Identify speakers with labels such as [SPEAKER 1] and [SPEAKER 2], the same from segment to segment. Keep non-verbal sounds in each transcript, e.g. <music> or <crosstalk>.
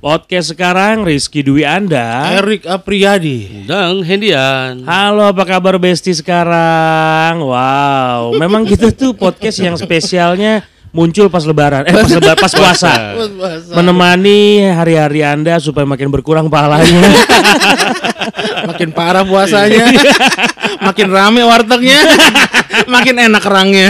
[SPEAKER 1] Podcast sekarang Rizky Dwi Anda.
[SPEAKER 2] Erik Apriyadi.
[SPEAKER 3] Dan Hendian.
[SPEAKER 1] Halo, apa kabar Besti sekarang? Wow, memang kita tuh podcast yang spesialnya muncul pas lebaran. Eh, pas lebaran, pas puasa. Menemani hari-hari Anda supaya makin berkurang pahalanya.
[SPEAKER 2] Makin parah puasanya, <laughs> makin rame <laughs> wartegnya, makin enak kerangnya.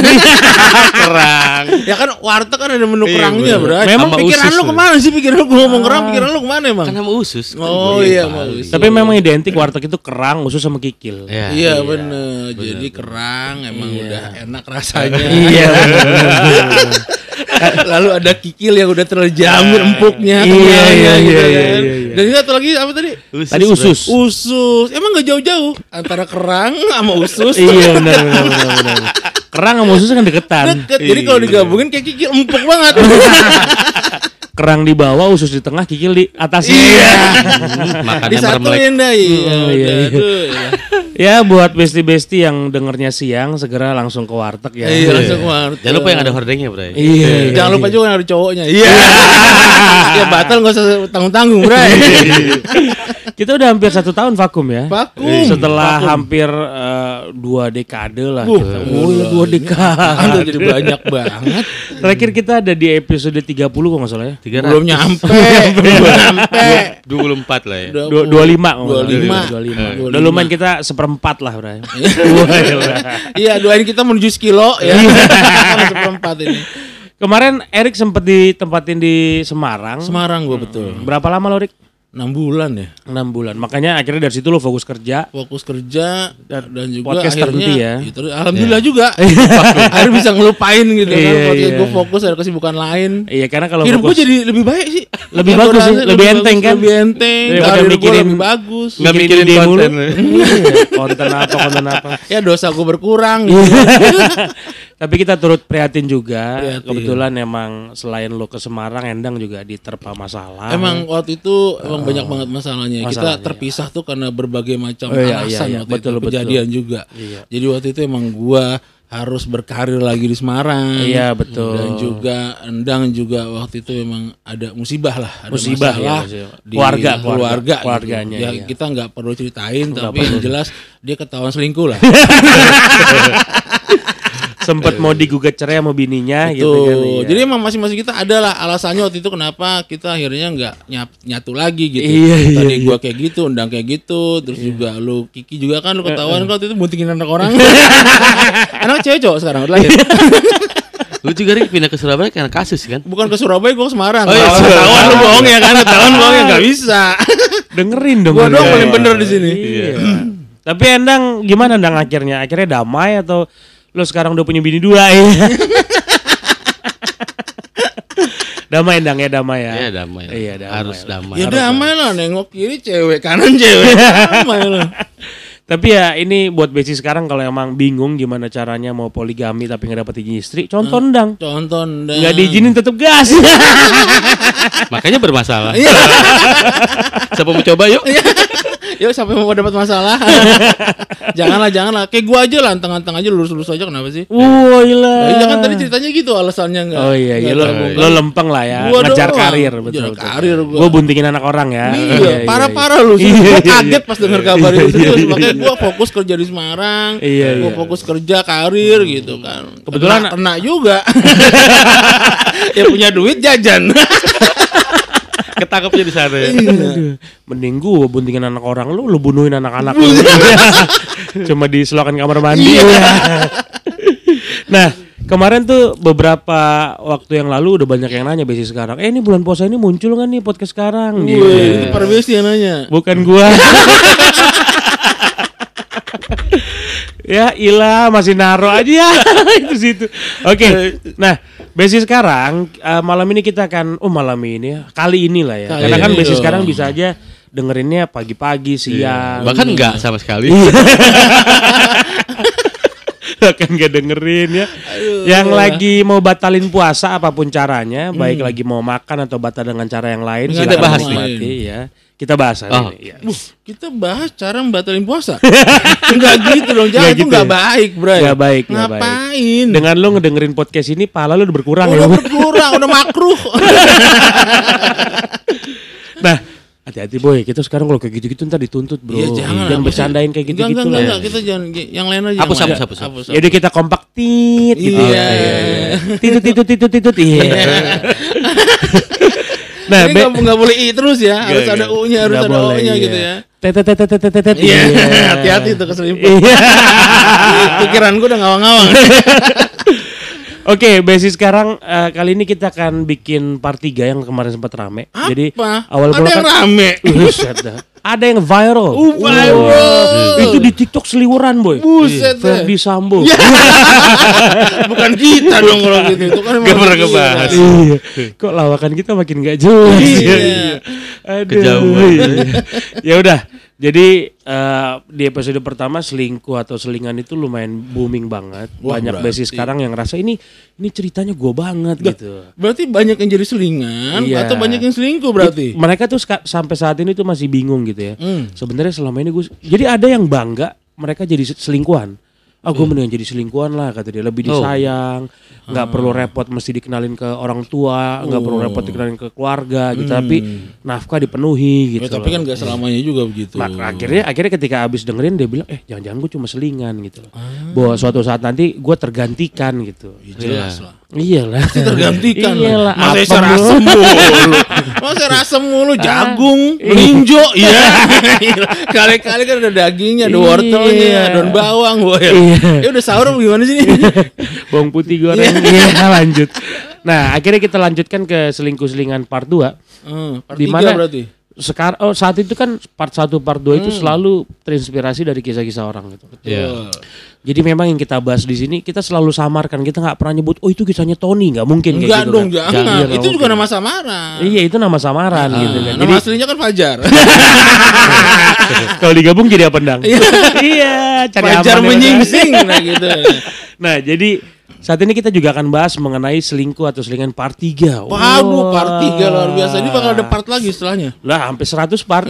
[SPEAKER 3] Kerang.
[SPEAKER 2] <laughs> ya kan warteg kan ada menu
[SPEAKER 3] Iya,
[SPEAKER 2] kerangnya,
[SPEAKER 3] bener.
[SPEAKER 2] bro. Ah.
[SPEAKER 1] Memang
[SPEAKER 2] Memang pikiran
[SPEAKER 3] usus
[SPEAKER 2] lu
[SPEAKER 3] tuh.
[SPEAKER 2] kemana sih? Pikiran lu ngomong kerang, pikiran lu kemana emang?
[SPEAKER 3] Kan sama usus. kan
[SPEAKER 2] Oh,
[SPEAKER 3] boleh
[SPEAKER 2] iya,
[SPEAKER 3] kali.
[SPEAKER 2] sama usus.
[SPEAKER 1] Tapi memang identik warteg itu kerang, usus sama kikil.
[SPEAKER 3] Iya.
[SPEAKER 2] Iya bener. Iya. Jadi kerang emang udah enak <laughs> rasanya.
[SPEAKER 1] Iya,
[SPEAKER 2] Lalu ada kikil yang udah terjamur
[SPEAKER 1] Iya,
[SPEAKER 2] empuknya. kenyalnya
[SPEAKER 1] iya,
[SPEAKER 2] gitu
[SPEAKER 1] iya, iya,
[SPEAKER 2] kan.
[SPEAKER 1] iya, iya.
[SPEAKER 2] Dan satu lagi apa tadi?
[SPEAKER 1] Tadi usus.
[SPEAKER 2] Usus. Emang gak jauh-jauh antara kerang sama usus.
[SPEAKER 1] iya, benar benar benar. benar. Kerang sama usus kan deketan.
[SPEAKER 2] Deket. Jadi
[SPEAKER 1] Iya.
[SPEAKER 2] kalau digabungin kayak kikil empuk
[SPEAKER 1] <laughs>
[SPEAKER 2] banget.
[SPEAKER 1] Kerang di bawah, usus di tengah, kikil di atas.
[SPEAKER 3] Hmm, Makannya mermelek.
[SPEAKER 2] Disatuin dah. Iya,
[SPEAKER 1] Oh, iya,
[SPEAKER 2] udah,
[SPEAKER 1] iya.
[SPEAKER 2] aduh, iya.
[SPEAKER 1] Ya buat besti-besti yang dengernya siang segera langsung ke warteg ya.
[SPEAKER 2] Iya, langsung keluar.
[SPEAKER 3] Jangan lupa yang ada hordengnya, Bray.
[SPEAKER 1] Iya.
[SPEAKER 2] Jangan lupa juga yang ada cowoknya. Iya. <laughs> ya batal gak usah tanggung-tanggung,
[SPEAKER 1] Iya.
[SPEAKER 2] Bray.
[SPEAKER 1] <laughs> Kita udah hampir satu tahun vakum ya.
[SPEAKER 2] Vakum.
[SPEAKER 1] Setelah
[SPEAKER 2] Vakum.
[SPEAKER 1] hampir eh, dua dekade lah.
[SPEAKER 2] Wuh,
[SPEAKER 1] kita. Oh, iya, dua dekade.
[SPEAKER 2] Aduh, jadi banyak banget.
[SPEAKER 1] Terakhir kita ada di episode 30 kok nggak salah ya.
[SPEAKER 3] Tiga
[SPEAKER 2] Belum nyampe. Belum nyampe.
[SPEAKER 3] Dua puluh empat lah ya.
[SPEAKER 1] Dua, dua lima. kalau nggak salah.
[SPEAKER 2] 25.
[SPEAKER 1] Dua lima.
[SPEAKER 2] Eh.
[SPEAKER 1] Udah lumayan kita seperempat lah berarti.
[SPEAKER 2] Iya, doain kita menuju sekilo ya.
[SPEAKER 1] Iya.
[SPEAKER 2] Sama seperempat ini.
[SPEAKER 1] Kemarin Erik sempat ditempatin di Semarang.
[SPEAKER 2] Semarang gua betul.
[SPEAKER 1] Berapa lama lo Erik?
[SPEAKER 2] 6 bulan ya.
[SPEAKER 1] 6 bulan. Makanya akhirnya dari situ lo fokus kerja.
[SPEAKER 2] fokus kerja dan, juga
[SPEAKER 1] podcast
[SPEAKER 2] akhirnya
[SPEAKER 1] terhenti ya.
[SPEAKER 2] gitu. alhamdulillah
[SPEAKER 1] <laughs>
[SPEAKER 2] juga akhirnya bisa ngelupain gitu kan
[SPEAKER 1] Iya,
[SPEAKER 2] podcast
[SPEAKER 1] iya.
[SPEAKER 2] gue fokus ada kesibukan lain
[SPEAKER 1] Iya karena kalau
[SPEAKER 2] hidup gue
[SPEAKER 1] fokus-
[SPEAKER 2] jadi lebih baik sih
[SPEAKER 1] Lebih
[SPEAKER 2] Yang gua
[SPEAKER 1] bagus sih,
[SPEAKER 2] rasain
[SPEAKER 1] lebih
[SPEAKER 2] bagus,
[SPEAKER 1] enteng kan?
[SPEAKER 2] lebih enteng
[SPEAKER 1] Daripada
[SPEAKER 2] karir gua
[SPEAKER 1] mikirin-
[SPEAKER 2] lebih bagus
[SPEAKER 3] Nggak mikirin
[SPEAKER 1] ide
[SPEAKER 3] konten.
[SPEAKER 1] <laughs> mulu. konten apa konten apa.
[SPEAKER 2] ya dosa gue berkurang
[SPEAKER 1] Iya.
[SPEAKER 2] gitu.
[SPEAKER 1] <laughs> Tapi kita turut prihatin juga.
[SPEAKER 2] Prihatin.
[SPEAKER 1] Kebetulan emang selain lo ke Semarang, Endang juga diterpa masalah.
[SPEAKER 2] emang waktu itu emang banyak banget masalahnya. kita terpisah tuh karena berbagai macam
[SPEAKER 1] Oh, iya,
[SPEAKER 2] alasan
[SPEAKER 1] iya, iya. Betul,
[SPEAKER 2] waktu
[SPEAKER 1] Iya.
[SPEAKER 2] itu
[SPEAKER 1] betul.
[SPEAKER 2] kejadian juga jadi waktu itu emang gua harus berkarir lagi di Semarang
[SPEAKER 1] Iya, betul.
[SPEAKER 2] dan juga Endang juga waktu itu memang ada musibah lah ada
[SPEAKER 1] Musibah,
[SPEAKER 2] masalah
[SPEAKER 1] iya, musibah.
[SPEAKER 2] di
[SPEAKER 1] Keluarga,
[SPEAKER 2] keluarga
[SPEAKER 1] keluarga,
[SPEAKER 2] gitu.
[SPEAKER 1] keluarganya,
[SPEAKER 2] ya
[SPEAKER 1] iya.
[SPEAKER 2] kita nggak perlu ceritain tapi yang jelas dia ketahuan selingkuh lah
[SPEAKER 1] Sempet mau digugat cerai sama bininya gitu
[SPEAKER 2] Tuh,
[SPEAKER 1] kan. iya.
[SPEAKER 2] jadi emang masing-masing kita ada lah alasannya waktu itu kenapa kita akhirnya nggak nyap- nyatu lagi gitu.
[SPEAKER 1] Iya,
[SPEAKER 2] Tadi gua kayak gitu, undang kayak gitu, terus juga lu Kiki juga kan lu ketahuan kan waktu itu buntingin anak
[SPEAKER 1] <laughs>
[SPEAKER 2] orang. anak cewek cowok sekarang udah lahir.
[SPEAKER 1] Iya.
[SPEAKER 3] Lu juga Rik pindah ke Surabaya karena kasus kan?
[SPEAKER 2] Bukan ke Surabaya, gua ke Semarang.
[SPEAKER 3] Oh, iya,
[SPEAKER 2] Kalau
[SPEAKER 3] Surabaya.
[SPEAKER 2] ketahuan lu bohong ya kan, ketahuan bohong ya nggak bisa.
[SPEAKER 1] dengerin dong.
[SPEAKER 2] gua
[SPEAKER 1] Iya.
[SPEAKER 2] doang paling bener di sini.
[SPEAKER 1] Iya. Tapi Endang gimana Endang akhirnya? Akhirnya damai atau lo sekarang udah punya bini dua ya? <laughs> damai Endang ya damai ya.
[SPEAKER 3] Iya damai. lah.
[SPEAKER 1] Iya, damai.
[SPEAKER 3] Harus damai.
[SPEAKER 2] Ya
[SPEAKER 3] Harus
[SPEAKER 2] damai lah nengok kiri cewek kanan cewek
[SPEAKER 1] Iya.
[SPEAKER 2] damai lah.
[SPEAKER 1] Tapi ya ini buat Besi sekarang kalau emang bingung gimana caranya mau poligami tapi nggak dapet izin istri, contoh
[SPEAKER 2] Hmm.
[SPEAKER 1] ndang.
[SPEAKER 2] Contoh Endang.
[SPEAKER 1] Nggak
[SPEAKER 3] Hmm.
[SPEAKER 1] diizinin tetap gas. <laughs>
[SPEAKER 3] Makanya bermasalah.
[SPEAKER 2] Iya.
[SPEAKER 3] <laughs> Siapa mau coba yuk?
[SPEAKER 2] <laughs> Yuk sampai mau dapat
[SPEAKER 1] <laughs>
[SPEAKER 2] masalah. janganlah, janganlah. Kayak gua aja lah, tengah-tengah aja lurus-lurus aja kenapa sih?
[SPEAKER 1] Wah,
[SPEAKER 2] Nah, iya kan
[SPEAKER 1] gila.
[SPEAKER 2] tadi ceritanya gitu alasannya enggak.
[SPEAKER 1] Eh. Oh iya, iya lo, lo lempeng lah ya,
[SPEAKER 2] Gua
[SPEAKER 1] ngejar
[SPEAKER 2] doang.
[SPEAKER 1] karir
[SPEAKER 2] Ngejar
[SPEAKER 1] betul betul.
[SPEAKER 2] karir gua.
[SPEAKER 1] Gua buntingin anak orang ya. <laughs> Iya,
[SPEAKER 2] Iya,
[SPEAKER 1] iya,
[SPEAKER 2] parah-parah lu.
[SPEAKER 1] Iya,
[SPEAKER 2] Gua
[SPEAKER 1] iya.
[SPEAKER 2] kaget pas denger kabar itu. Serius, makanya gua fokus kerja di Semarang.
[SPEAKER 1] Iya,
[SPEAKER 2] gua
[SPEAKER 1] iya.
[SPEAKER 2] fokus kerja karir gitu kan.
[SPEAKER 1] Kebetulan-
[SPEAKER 2] kena, kena
[SPEAKER 1] <laughs>
[SPEAKER 2] juga. ya punya duit jajan.
[SPEAKER 3] <laughs>
[SPEAKER 2] Iya.
[SPEAKER 3] Ketangkepnya di sana. ya.
[SPEAKER 1] Aduh, Iya. Mending gua buntingin anak orang lu, lu bunuhin anak-anak lu. <laughs> Cuma di selokan kamar mandi. <laughs> nah, kemarin tuh beberapa waktu yang lalu udah banyak yang nanya besi sekarang. Eh, ini bulan puasa ini muncul nggak nih podcast sekarang? Gitu.
[SPEAKER 2] Wih, itu Parbius yang nanya.
[SPEAKER 1] Bukan gua. ya ilah masih naro aja ya <laughs> itu situ. Oke. Nah, Besi sekarang eh, malam ini kita akan oh malam ini ya. Kali inilah ya.
[SPEAKER 2] Kali
[SPEAKER 1] Karena kan
[SPEAKER 2] ini Iya.
[SPEAKER 1] Besi
[SPEAKER 2] dong.
[SPEAKER 1] sekarang bisa aja dengerinnya pagi-pagi, siang. <laughs>
[SPEAKER 3] Bahkan enggak sama sekali.
[SPEAKER 2] Iya.
[SPEAKER 1] Bahkan gak dengerin ya. Yang lagi mau batalin puasa apapun caranya, baik lagi mau makan atau batal dengan cara yang lain,
[SPEAKER 2] Hmm. Nggak
[SPEAKER 3] ada
[SPEAKER 1] silakan
[SPEAKER 3] bahas nih.
[SPEAKER 1] menikmati, ya. Kita bahas hari
[SPEAKER 2] Ah.
[SPEAKER 3] Oh.
[SPEAKER 1] ini. ya.
[SPEAKER 2] Wuh, kita bahas cara membatalin
[SPEAKER 1] <laughs>
[SPEAKER 2] puasa. enggak gitu dong, jangan
[SPEAKER 1] Nggak
[SPEAKER 2] itu
[SPEAKER 1] gitu
[SPEAKER 2] enggak
[SPEAKER 1] ya?
[SPEAKER 2] baik, Bray.
[SPEAKER 1] Nggak baik, nggak baik.
[SPEAKER 2] Ngapain?
[SPEAKER 1] Dengan lo ngedengerin podcast ya, <laughs> ini, pala lo udah berkurang ya.
[SPEAKER 2] Udah
[SPEAKER 1] Bu?
[SPEAKER 2] berkurang, udah makruh.
[SPEAKER 1] Nah, hati-hati boy, kita sekarang kalau kayak gitu-gitu ntar dituntut bro.
[SPEAKER 2] Iya, jangan.
[SPEAKER 1] Jangan
[SPEAKER 2] Apa sih?
[SPEAKER 1] bercandain kayak
[SPEAKER 2] Enggak,
[SPEAKER 1] gitu-gitu
[SPEAKER 2] enggak,
[SPEAKER 1] Gitu, lah.
[SPEAKER 2] enggak, kita jangan yang lain aja.
[SPEAKER 3] Hapus,
[SPEAKER 2] yang lain.
[SPEAKER 3] hapus, hapus, hapus.
[SPEAKER 1] Ya udah kita kompak tit gitu.
[SPEAKER 2] Iya.
[SPEAKER 1] Iya, iya, iya. Titut titut titut titut. Iya. Nah,
[SPEAKER 2] Ini
[SPEAKER 1] be-
[SPEAKER 2] nggak nggak boleh i terus ya, harus ada u-nya, harus
[SPEAKER 1] Nggak
[SPEAKER 2] ada
[SPEAKER 1] boleh,
[SPEAKER 2] o-nya
[SPEAKER 1] iya.
[SPEAKER 2] gitu ya.
[SPEAKER 1] Tet tet tet tet tet, tet tet.
[SPEAKER 2] Iya, <laughs> hati-hati tuh keselimpet.
[SPEAKER 1] Iya.
[SPEAKER 2] <laughs> Pikiran gue udah ngawang-ngawang.
[SPEAKER 1] <laughs> Oke, Besi sekarang eh, kali ini kita akan bikin part 3 yang kemarin sempat rame. Jadi
[SPEAKER 2] Apa?
[SPEAKER 1] awal
[SPEAKER 2] ada
[SPEAKER 1] mula
[SPEAKER 2] yang
[SPEAKER 1] kan
[SPEAKER 2] rame.
[SPEAKER 1] <laughs> Buset dah. ada yang viral.
[SPEAKER 2] Uh, viral.
[SPEAKER 1] Wah. Itu di TikTok seliweran, Boy. Iya.
[SPEAKER 2] Buset eh. Iya. deh.
[SPEAKER 1] Ferdi Sambo.
[SPEAKER 2] Bukan kita dong kalau gitu. Itu
[SPEAKER 1] <laughs>
[SPEAKER 2] kan
[SPEAKER 3] Nggak pernah
[SPEAKER 2] kita.
[SPEAKER 3] kebahas.
[SPEAKER 1] <laughs> Iya. Kok lawakan kita makin gak jelas. ya?
[SPEAKER 2] Iya.
[SPEAKER 1] Aduh.
[SPEAKER 3] Kejauhan.
[SPEAKER 1] ya udah. Jadi eh, di episode pertama selingkuh atau selingan itu lumayan booming banget.
[SPEAKER 2] Wah,
[SPEAKER 1] Banyak
[SPEAKER 2] berarti.
[SPEAKER 1] Besi sekarang yang rasa ini ini ceritanya gue banget gitu.
[SPEAKER 2] Berarti banyak yang jadi selingan
[SPEAKER 1] Iya.
[SPEAKER 2] atau banyak yang selingkuh berarti?
[SPEAKER 1] Mereka tuh ska- sampai saat ini tuh masih bingung gitu ya.
[SPEAKER 2] Hmm.
[SPEAKER 1] Sebenarnya selama ini gue jadi ada yang bangga mereka jadi se- selingkuhan. Ah
[SPEAKER 2] Hmm.
[SPEAKER 1] gue mendingan jadi selingkuhan lah kata dia lebih
[SPEAKER 3] Oh.
[SPEAKER 1] disayang, nggak
[SPEAKER 2] Ah.
[SPEAKER 1] perlu repot mesti dikenalin ke orang tua, nggak
[SPEAKER 2] Oh.
[SPEAKER 1] perlu repot dikenalin ke keluarga gitu. Tapi nafkah dipenuhi
[SPEAKER 2] Hmm. Ya,
[SPEAKER 1] gitu.
[SPEAKER 2] tapi kan gak selamanya juga begitu.
[SPEAKER 1] Mak- akhirnya akhirnya ketika abis dengerin dia bilang eh jangan-jangan gue cuma selingan gitu loh.
[SPEAKER 2] Ah.
[SPEAKER 1] Bahwa suatu saat nanti gue tergantikan gitu.
[SPEAKER 2] Ya, jelas lah.
[SPEAKER 1] Iyalah.
[SPEAKER 2] Tergantikan.
[SPEAKER 1] Iyalah.
[SPEAKER 2] Masa
[SPEAKER 1] apem
[SPEAKER 2] saya
[SPEAKER 1] lu.
[SPEAKER 2] rasem mulu. Masa rasem mulu
[SPEAKER 1] Ah.
[SPEAKER 2] jagung,
[SPEAKER 1] <laughs>
[SPEAKER 2] melinjo, iya. Kali-kali kan ada dagingnya,
[SPEAKER 1] Iya.
[SPEAKER 2] ada wortelnya, daun bawang, wah. Ya.
[SPEAKER 1] Iya.
[SPEAKER 2] Ya udah sahur apa gimana
[SPEAKER 1] <laughs>
[SPEAKER 2] sih ini?
[SPEAKER 1] bawang putih goreng. <laughs> Iya, lanjut. Nah, akhirnya kita lanjutkan ke selingkuh-selingan part 2.
[SPEAKER 2] Hmm, part
[SPEAKER 1] Di
[SPEAKER 2] tiga
[SPEAKER 1] mana-
[SPEAKER 2] berarti?
[SPEAKER 1] Sekarang oh, saat itu kan part 1 part 2
[SPEAKER 2] Hmm.
[SPEAKER 1] itu selalu terinspirasi dari kisah-kisah orang gitu.
[SPEAKER 3] Iya.
[SPEAKER 2] Wah.
[SPEAKER 1] Jadi memang yang kita bahas di sini kita selalu samarkan, kita nggak pernah nyebut oh itu kisahnya Tony, nggak mungkin kayak
[SPEAKER 2] Enggak
[SPEAKER 1] gitu
[SPEAKER 2] dong,
[SPEAKER 1] kan. Iya,
[SPEAKER 2] jangan.
[SPEAKER 1] nggak
[SPEAKER 2] itu juga
[SPEAKER 1] mungkin.
[SPEAKER 2] nama samaran.
[SPEAKER 1] Iya, itu nama samaran gitu kan. <laughs>
[SPEAKER 2] Nah,
[SPEAKER 1] Jadi
[SPEAKER 2] nama aslinya kan Fajar.
[SPEAKER 1] kalau digabung jadi apa Dang? iya, cari
[SPEAKER 2] Fajar
[SPEAKER 1] aman ya, kan?
[SPEAKER 2] menyingsing nah gitu.
[SPEAKER 1] <laughs> Nah, jadi saat ini kita juga akan bahas mengenai selingkuh atau selingan part 3.
[SPEAKER 2] Waduh, part 3 luar biasa. Ini bakal ada part lagi
[SPEAKER 1] <laughs>
[SPEAKER 2] setelahnya.
[SPEAKER 1] Lah, sampai 100 part.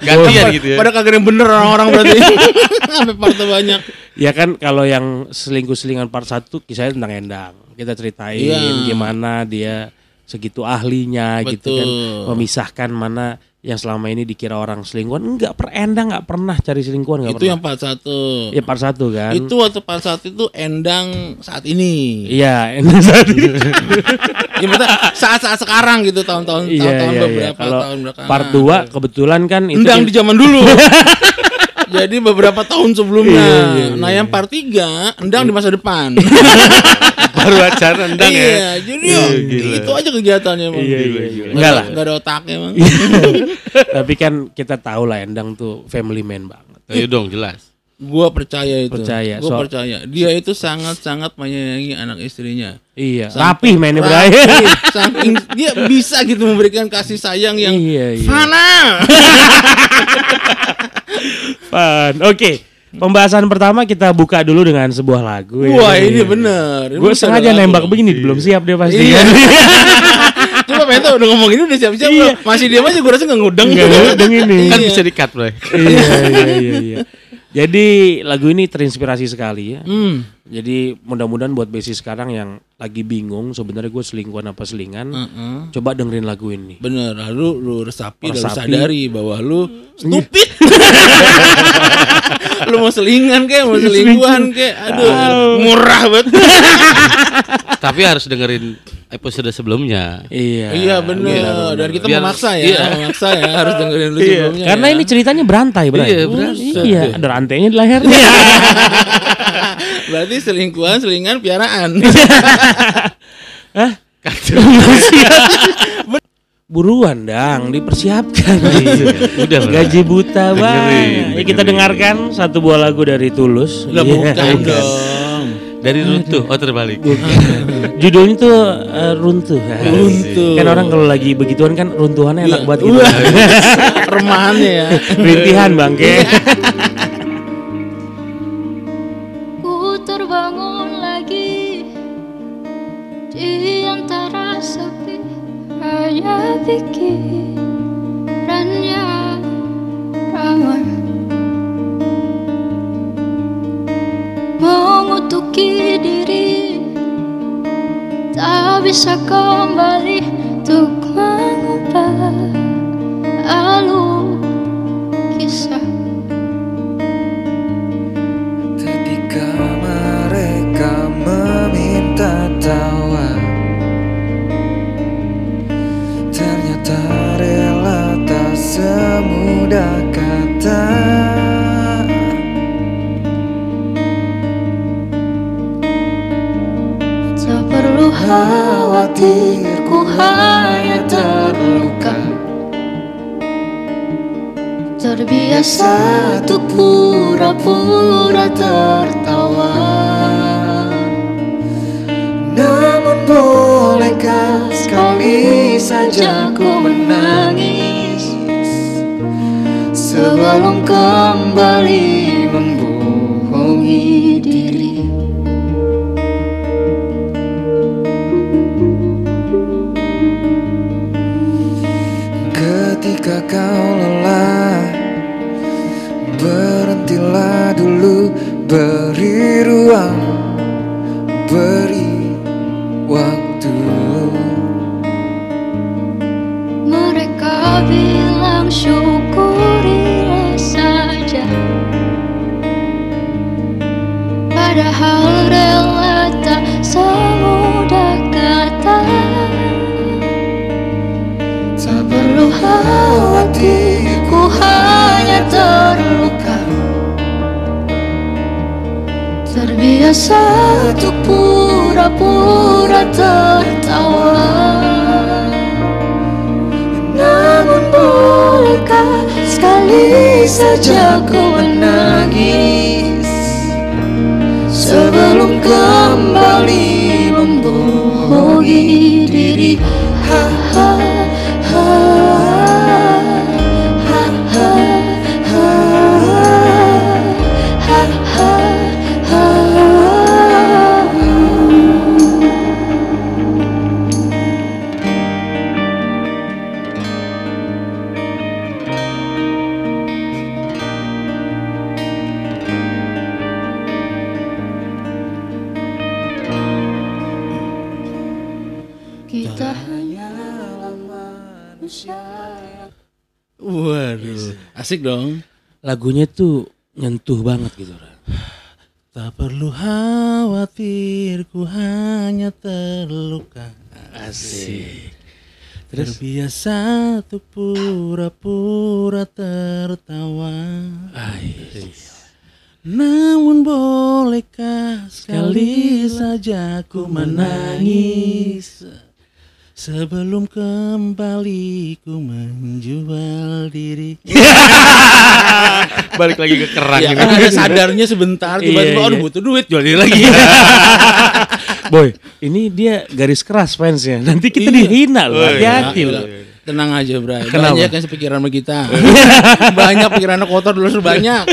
[SPEAKER 3] Gantian gitu ya.
[SPEAKER 2] Pada kagak ada yang bener orang-orang berarti. <laughs> Sampai part banyak.
[SPEAKER 1] <laughs> ya kan kalau yang selingkuh-selingan part 1 kisahnya tentang Endang. Kita ceritain
[SPEAKER 2] Iya.
[SPEAKER 1] gimana dia segitu ahlinya gitu kan
[SPEAKER 2] Betul.
[SPEAKER 1] memisahkan mana yang selama ini dikira orang selingkuhan enggak per Endang enggak pernah cari selingkuhan enggak
[SPEAKER 2] Itu
[SPEAKER 1] pernah.
[SPEAKER 2] yang part satu.
[SPEAKER 1] ya part 1 kan.
[SPEAKER 2] Itu waktu part satu itu endang saat ini.
[SPEAKER 1] Iya, Endang <laughs> saat ini.
[SPEAKER 2] ya betul. Saat-saat sekarang gitu tahun-tahun
[SPEAKER 1] Iya,
[SPEAKER 2] tahun-tahun
[SPEAKER 1] iya, iya.
[SPEAKER 2] beberapa
[SPEAKER 1] Kalau
[SPEAKER 2] tahun belakangan.
[SPEAKER 1] part 2 kebetulan kan itu
[SPEAKER 2] endang di
[SPEAKER 1] kita-
[SPEAKER 2] zaman
[SPEAKER 1] <laughs>
[SPEAKER 2] dulu. Jadi beberapa tahun sebelumnya.
[SPEAKER 1] Iya,
[SPEAKER 2] Nah, yang part 3 endang di masa
[SPEAKER 1] <laughs>
[SPEAKER 2] depan.
[SPEAKER 3] <laughs> Baru acara rendang ya.
[SPEAKER 2] iya, jadi ya, itu aja kegiatannya emang.
[SPEAKER 1] Iya, iya, iya.
[SPEAKER 2] Nggak
[SPEAKER 1] Enggak
[SPEAKER 2] ada-
[SPEAKER 1] lah. Iya.
[SPEAKER 2] nggak ada otaknya emang.
[SPEAKER 1] Tapi kan kita tahu lah Endang tuh family man banget.
[SPEAKER 3] Ayo dong jelas.
[SPEAKER 2] Gua percaya itu.
[SPEAKER 1] Percaya,
[SPEAKER 2] Gua
[SPEAKER 1] so-
[SPEAKER 2] percaya. Dia itu sangat-sangat menyayangi anak istrinya.
[SPEAKER 1] Iya,
[SPEAKER 2] Sampai-
[SPEAKER 1] rapih mainnya Bray.
[SPEAKER 2] Rapi, saking dia bisa gitu memberikan kasih sayang yang
[SPEAKER 1] <laughs> Iya, iya. <laughs>
[SPEAKER 2] fana.
[SPEAKER 1] Fun. Oke, pembahasan pertama kita buka dulu dengan sebuah lagu.
[SPEAKER 2] Wah, ini bener. Ini
[SPEAKER 1] Gue
[SPEAKER 2] bukan
[SPEAKER 1] Iya, sengaja
[SPEAKER 2] lagu.
[SPEAKER 1] nembak begini, belum siap dia pasti.
[SPEAKER 2] Iya.
[SPEAKER 1] <laughs> kan?
[SPEAKER 2] <laughs> Coba Penta udah ngomong ini udah siap-siap
[SPEAKER 1] Iya.
[SPEAKER 2] belum? Masih diam aja gue rasa nggak ngudeng.
[SPEAKER 1] Nggak
[SPEAKER 2] <laughs>
[SPEAKER 1] ngudeng ini.
[SPEAKER 3] Kan
[SPEAKER 2] Iya.
[SPEAKER 3] bisa di-cut, Bro.
[SPEAKER 1] iya, iya, iya, iya. Jadi lagu ini terinspirasi sekali ya.
[SPEAKER 2] Hmm.
[SPEAKER 1] Jadi mudah-mudahan buat Besi sekarang yang lagi bingung sebenarnya gue selingkuhan apa selingan,
[SPEAKER 2] Heeh.
[SPEAKER 1] coba dengerin lagu ini.
[SPEAKER 2] Bener, lalu lu resapi, lalu
[SPEAKER 1] Resapi.
[SPEAKER 2] sadari bahwa lu
[SPEAKER 1] Iya.
[SPEAKER 2] stupid. <laughs> lu mau selingan kayak,
[SPEAKER 1] Iya,
[SPEAKER 2] mau selingkuhan kayak, aduh, murah banget.
[SPEAKER 3] <laughs> Tapi harus dengerin episode sebelumnya.
[SPEAKER 1] Iya.
[SPEAKER 2] iya bener, dan kita
[SPEAKER 3] Biar-
[SPEAKER 2] memaksa ya,
[SPEAKER 3] iya.
[SPEAKER 2] memaksa ya harus dengerin lu sebelumnya.
[SPEAKER 1] Iya, Karena
[SPEAKER 2] ya.
[SPEAKER 1] ini ceritanya berantai, Bray.
[SPEAKER 3] Iya, berantai.
[SPEAKER 1] Iya, ada rantainya di leher.
[SPEAKER 2] Iya. berarti selingkuhan, selingan, piaraan.
[SPEAKER 1] <laughs> Iya,
[SPEAKER 2] <laughs>
[SPEAKER 1] Hah? Buruan dang, dipersiapkan.
[SPEAKER 2] Iya,
[SPEAKER 3] Ya, Udah, Bro.
[SPEAKER 1] Gaji buta
[SPEAKER 3] Dengerin,
[SPEAKER 1] banget. Ya, kita
[SPEAKER 3] dengerin.
[SPEAKER 1] dengarkan satu buah lagu dari Tulus.
[SPEAKER 2] Lah
[SPEAKER 1] Iya.
[SPEAKER 2] bukan
[SPEAKER 1] <laughs>
[SPEAKER 2] dong.
[SPEAKER 3] Dari runtuh, oh terbalik.
[SPEAKER 1] Judulnya tuh eh, runtuh.
[SPEAKER 2] Iya Runtuh.
[SPEAKER 1] Kan orang kalau lagi begituan kan runtuhannya enak
[SPEAKER 2] Iya.
[SPEAKER 1] buat gitu.
[SPEAKER 2] Wah, Remahannya ya.
[SPEAKER 1] <laughs> Rintihan
[SPEAKER 2] Iya.
[SPEAKER 1] bangke.
[SPEAKER 4] Ku terbangun lagi di antara sepi hanya pikirannya ramai mengutuki diri tak bisa kembali untuk mengubah khawatirku hanya terluka Terbiasa untuk pura-pura tertawa Namun bolehkah sekali saja ku menangis Sebelum kembali membohongi diri
[SPEAKER 5] Ketika kau lelah Berhentilah dulu Beri ruang Beri waktu
[SPEAKER 4] Mereka bilang syukurilah saja Padahal rela tak semudah kata Tak perlu khawatir ku hanya terluka Terbiasa untuk pura-pura tertawa namun bolehkah sekali saja ku menangis Sebelum kembali membohongi diri Ha ha ha Ha ha ha Ha ha ha Kita hanya manusia
[SPEAKER 2] Waduh, asik dong.
[SPEAKER 1] Lagunya tuh nyentuh banget gitu. Ra.
[SPEAKER 2] Tak perlu khawatir, ku hanya terluka. Asik. Terbiasa tuh pura-pura tertawa. Namun bolehkah sekali saja ku menangis sebelum kembali ku menjual diri.
[SPEAKER 3] Balik lagi ke kerang
[SPEAKER 2] Ya
[SPEAKER 3] ini.
[SPEAKER 2] kan ada sadarnya sebentar tiba-tiba
[SPEAKER 1] Iya,
[SPEAKER 2] aduh
[SPEAKER 1] iya.
[SPEAKER 2] butuh duit jual diri lagi.
[SPEAKER 1] <laughs> Boy, ini dia garis keras fansnya. Nanti kita
[SPEAKER 2] Iya.
[SPEAKER 1] dihina loh. Ya,
[SPEAKER 2] Iya,
[SPEAKER 1] Hati-hati
[SPEAKER 2] iya.
[SPEAKER 1] loh.
[SPEAKER 2] Tenang aja, Bray.
[SPEAKER 1] Kenapa? Iya.
[SPEAKER 2] Banyak yang sepikiran sama
[SPEAKER 1] <laughs>
[SPEAKER 2] kita. banyak pikiran kotor dulu sebanyak.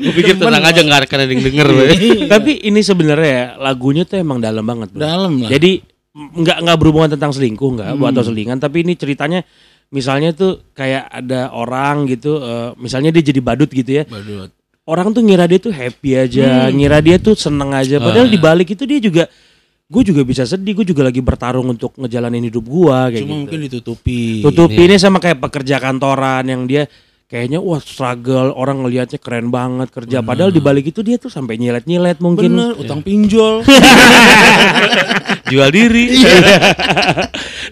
[SPEAKER 3] Gue pikir tenang aja nggak akan ada yang denger. Boy.
[SPEAKER 1] Iya. Tapi ini sebenarnya ya, lagunya tuh emang dalam banget. Bro.
[SPEAKER 2] Iya. Dalam lah. Hmm.
[SPEAKER 1] Jadi m- nggak nggak berhubungan tentang selingkuh nggak atau selingan. Tapi ini ceritanya misalnya tuh kayak ada orang gitu. eh, misalnya dia jadi badut gitu ya.
[SPEAKER 2] Badut.
[SPEAKER 1] Orang tuh ngira dia tuh happy aja,
[SPEAKER 2] Hmm.
[SPEAKER 1] ngira dia tuh seneng
[SPEAKER 2] Ah.
[SPEAKER 1] aja. Padahal dibalik itu dia juga, gue juga bisa sedih, gue juga lagi bertarung untuk ngejalanin hidup gua kayak
[SPEAKER 2] Cuma
[SPEAKER 1] gitu.
[SPEAKER 2] mungkin ditutupi.
[SPEAKER 1] Tutupi ini sama kayak pekerja kantoran yang dia kayaknya wah struggle orang ngelihatnya keren banget kerja padahal dibalik itu dia tuh sampai nyilet-nyilet mungkin.
[SPEAKER 2] Bener, utang pinjol.
[SPEAKER 3] Jual diri.
[SPEAKER 1] Iya.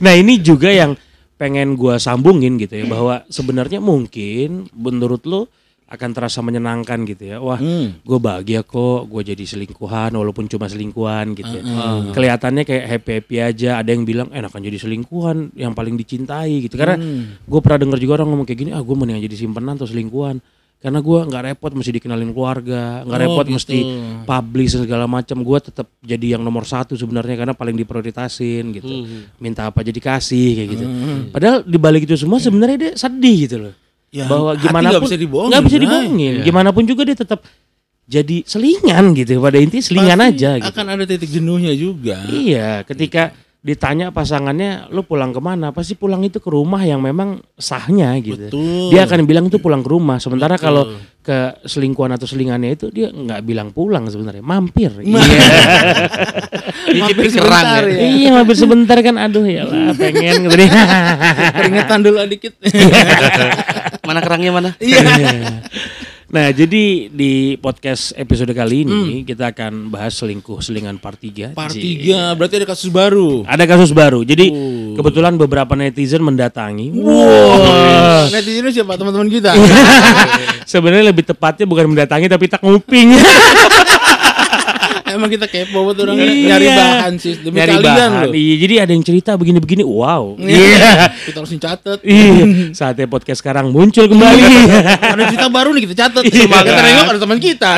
[SPEAKER 1] nah, ini juga yang pengen gua sambungin gitu ya bahwa sebenarnya mungkin menurut lu akan terasa menyenangkan gitu ya. Wah,
[SPEAKER 2] Hmm.
[SPEAKER 1] gue bahagia kok gue jadi selingkuhan walaupun cuma selingkuhan gitu
[SPEAKER 2] Hmm,
[SPEAKER 1] ya. kelihatannya kayak happy happy aja ada yang bilang "Eh, enakan jadi selingkuhan yang paling dicintai gitu karena
[SPEAKER 2] Hmm.
[SPEAKER 1] gue pernah denger juga orang ngomong kayak gini ah gue mendingan jadi simpenan atau selingkuhan karena gue nggak repot mesti dikenalin keluarga nggak
[SPEAKER 2] Oh,
[SPEAKER 1] repot
[SPEAKER 2] gitu.
[SPEAKER 1] mesti publish dan segala macam gue tetap jadi yang nomor satu sebenarnya karena paling diprioritasin gitu
[SPEAKER 2] Hmm.
[SPEAKER 1] minta apa jadi kasih kayak gitu padahal dibalik itu semua sebenarnya dia sedih gitu loh
[SPEAKER 2] Ya,
[SPEAKER 1] bahwa
[SPEAKER 2] hati
[SPEAKER 1] gimana
[SPEAKER 2] nggak
[SPEAKER 1] pun
[SPEAKER 2] bisa dibohongin, Iya.
[SPEAKER 1] nggak bisa
[SPEAKER 2] Bray.
[SPEAKER 1] dibohongin. gimana pun juga dia tetap jadi selingan gitu pada inti selingan
[SPEAKER 2] Pasti
[SPEAKER 1] aja gitu.
[SPEAKER 2] Akan ada titik jenuhnya juga.
[SPEAKER 1] iya ketika
[SPEAKER 2] Gitu.
[SPEAKER 1] ditanya pasangannya lu pulang kemana pasti pulang itu ke rumah yang memang sahnya gitu
[SPEAKER 2] Betul.
[SPEAKER 1] dia akan bilang itu pulang ke rumah sementara kalau ke selingkuhan atau selingannya itu dia nggak bilang pulang sebenarnya
[SPEAKER 2] <laughs>
[SPEAKER 1] mampir iya
[SPEAKER 3] Nyicipin
[SPEAKER 2] Mampir
[SPEAKER 3] kerang
[SPEAKER 2] sebentar
[SPEAKER 3] ya.
[SPEAKER 2] ya.
[SPEAKER 1] iya mampir sebentar kan aduh ya lah pengen gitu
[SPEAKER 2] <laughs>
[SPEAKER 1] deh.
[SPEAKER 2] Keringetan dulu lah
[SPEAKER 1] <laughs>
[SPEAKER 2] dikit.
[SPEAKER 3] Mana kerangnya mana?
[SPEAKER 1] Iya. Nah, jadi di podcast episode kali ini kita akan bahas selingkuh selingan part 3.
[SPEAKER 2] Hmm. Part 3, berarti ada kasus baru.
[SPEAKER 1] Ada kasus baru. Jadi kebetulan beberapa netizen mendatangi.
[SPEAKER 2] Wow. Netizennya siapa teman-teman kita?
[SPEAKER 1] Iya. Sebenarnya lebih tepatnya bukan mendatangi tapi tak nguping.
[SPEAKER 2] <laughs> emang kita kepo buat orang
[SPEAKER 1] <laughs> Iya.
[SPEAKER 2] nyari bahan sis demi
[SPEAKER 1] Nyari
[SPEAKER 2] kalian
[SPEAKER 1] bahan.
[SPEAKER 2] loh.
[SPEAKER 1] Iya, jadi ada yang cerita begini-begini. Wow.
[SPEAKER 2] <laughs> Iya. Kita harus catet.
[SPEAKER 1] Ih, saatnya podcast sekarang muncul kembali. <laughs>
[SPEAKER 2] Ada cerita baru nih kita catet.
[SPEAKER 1] Iya.
[SPEAKER 2] Cuma kita nengok ada teman
[SPEAKER 1] <laughs>
[SPEAKER 2] kita.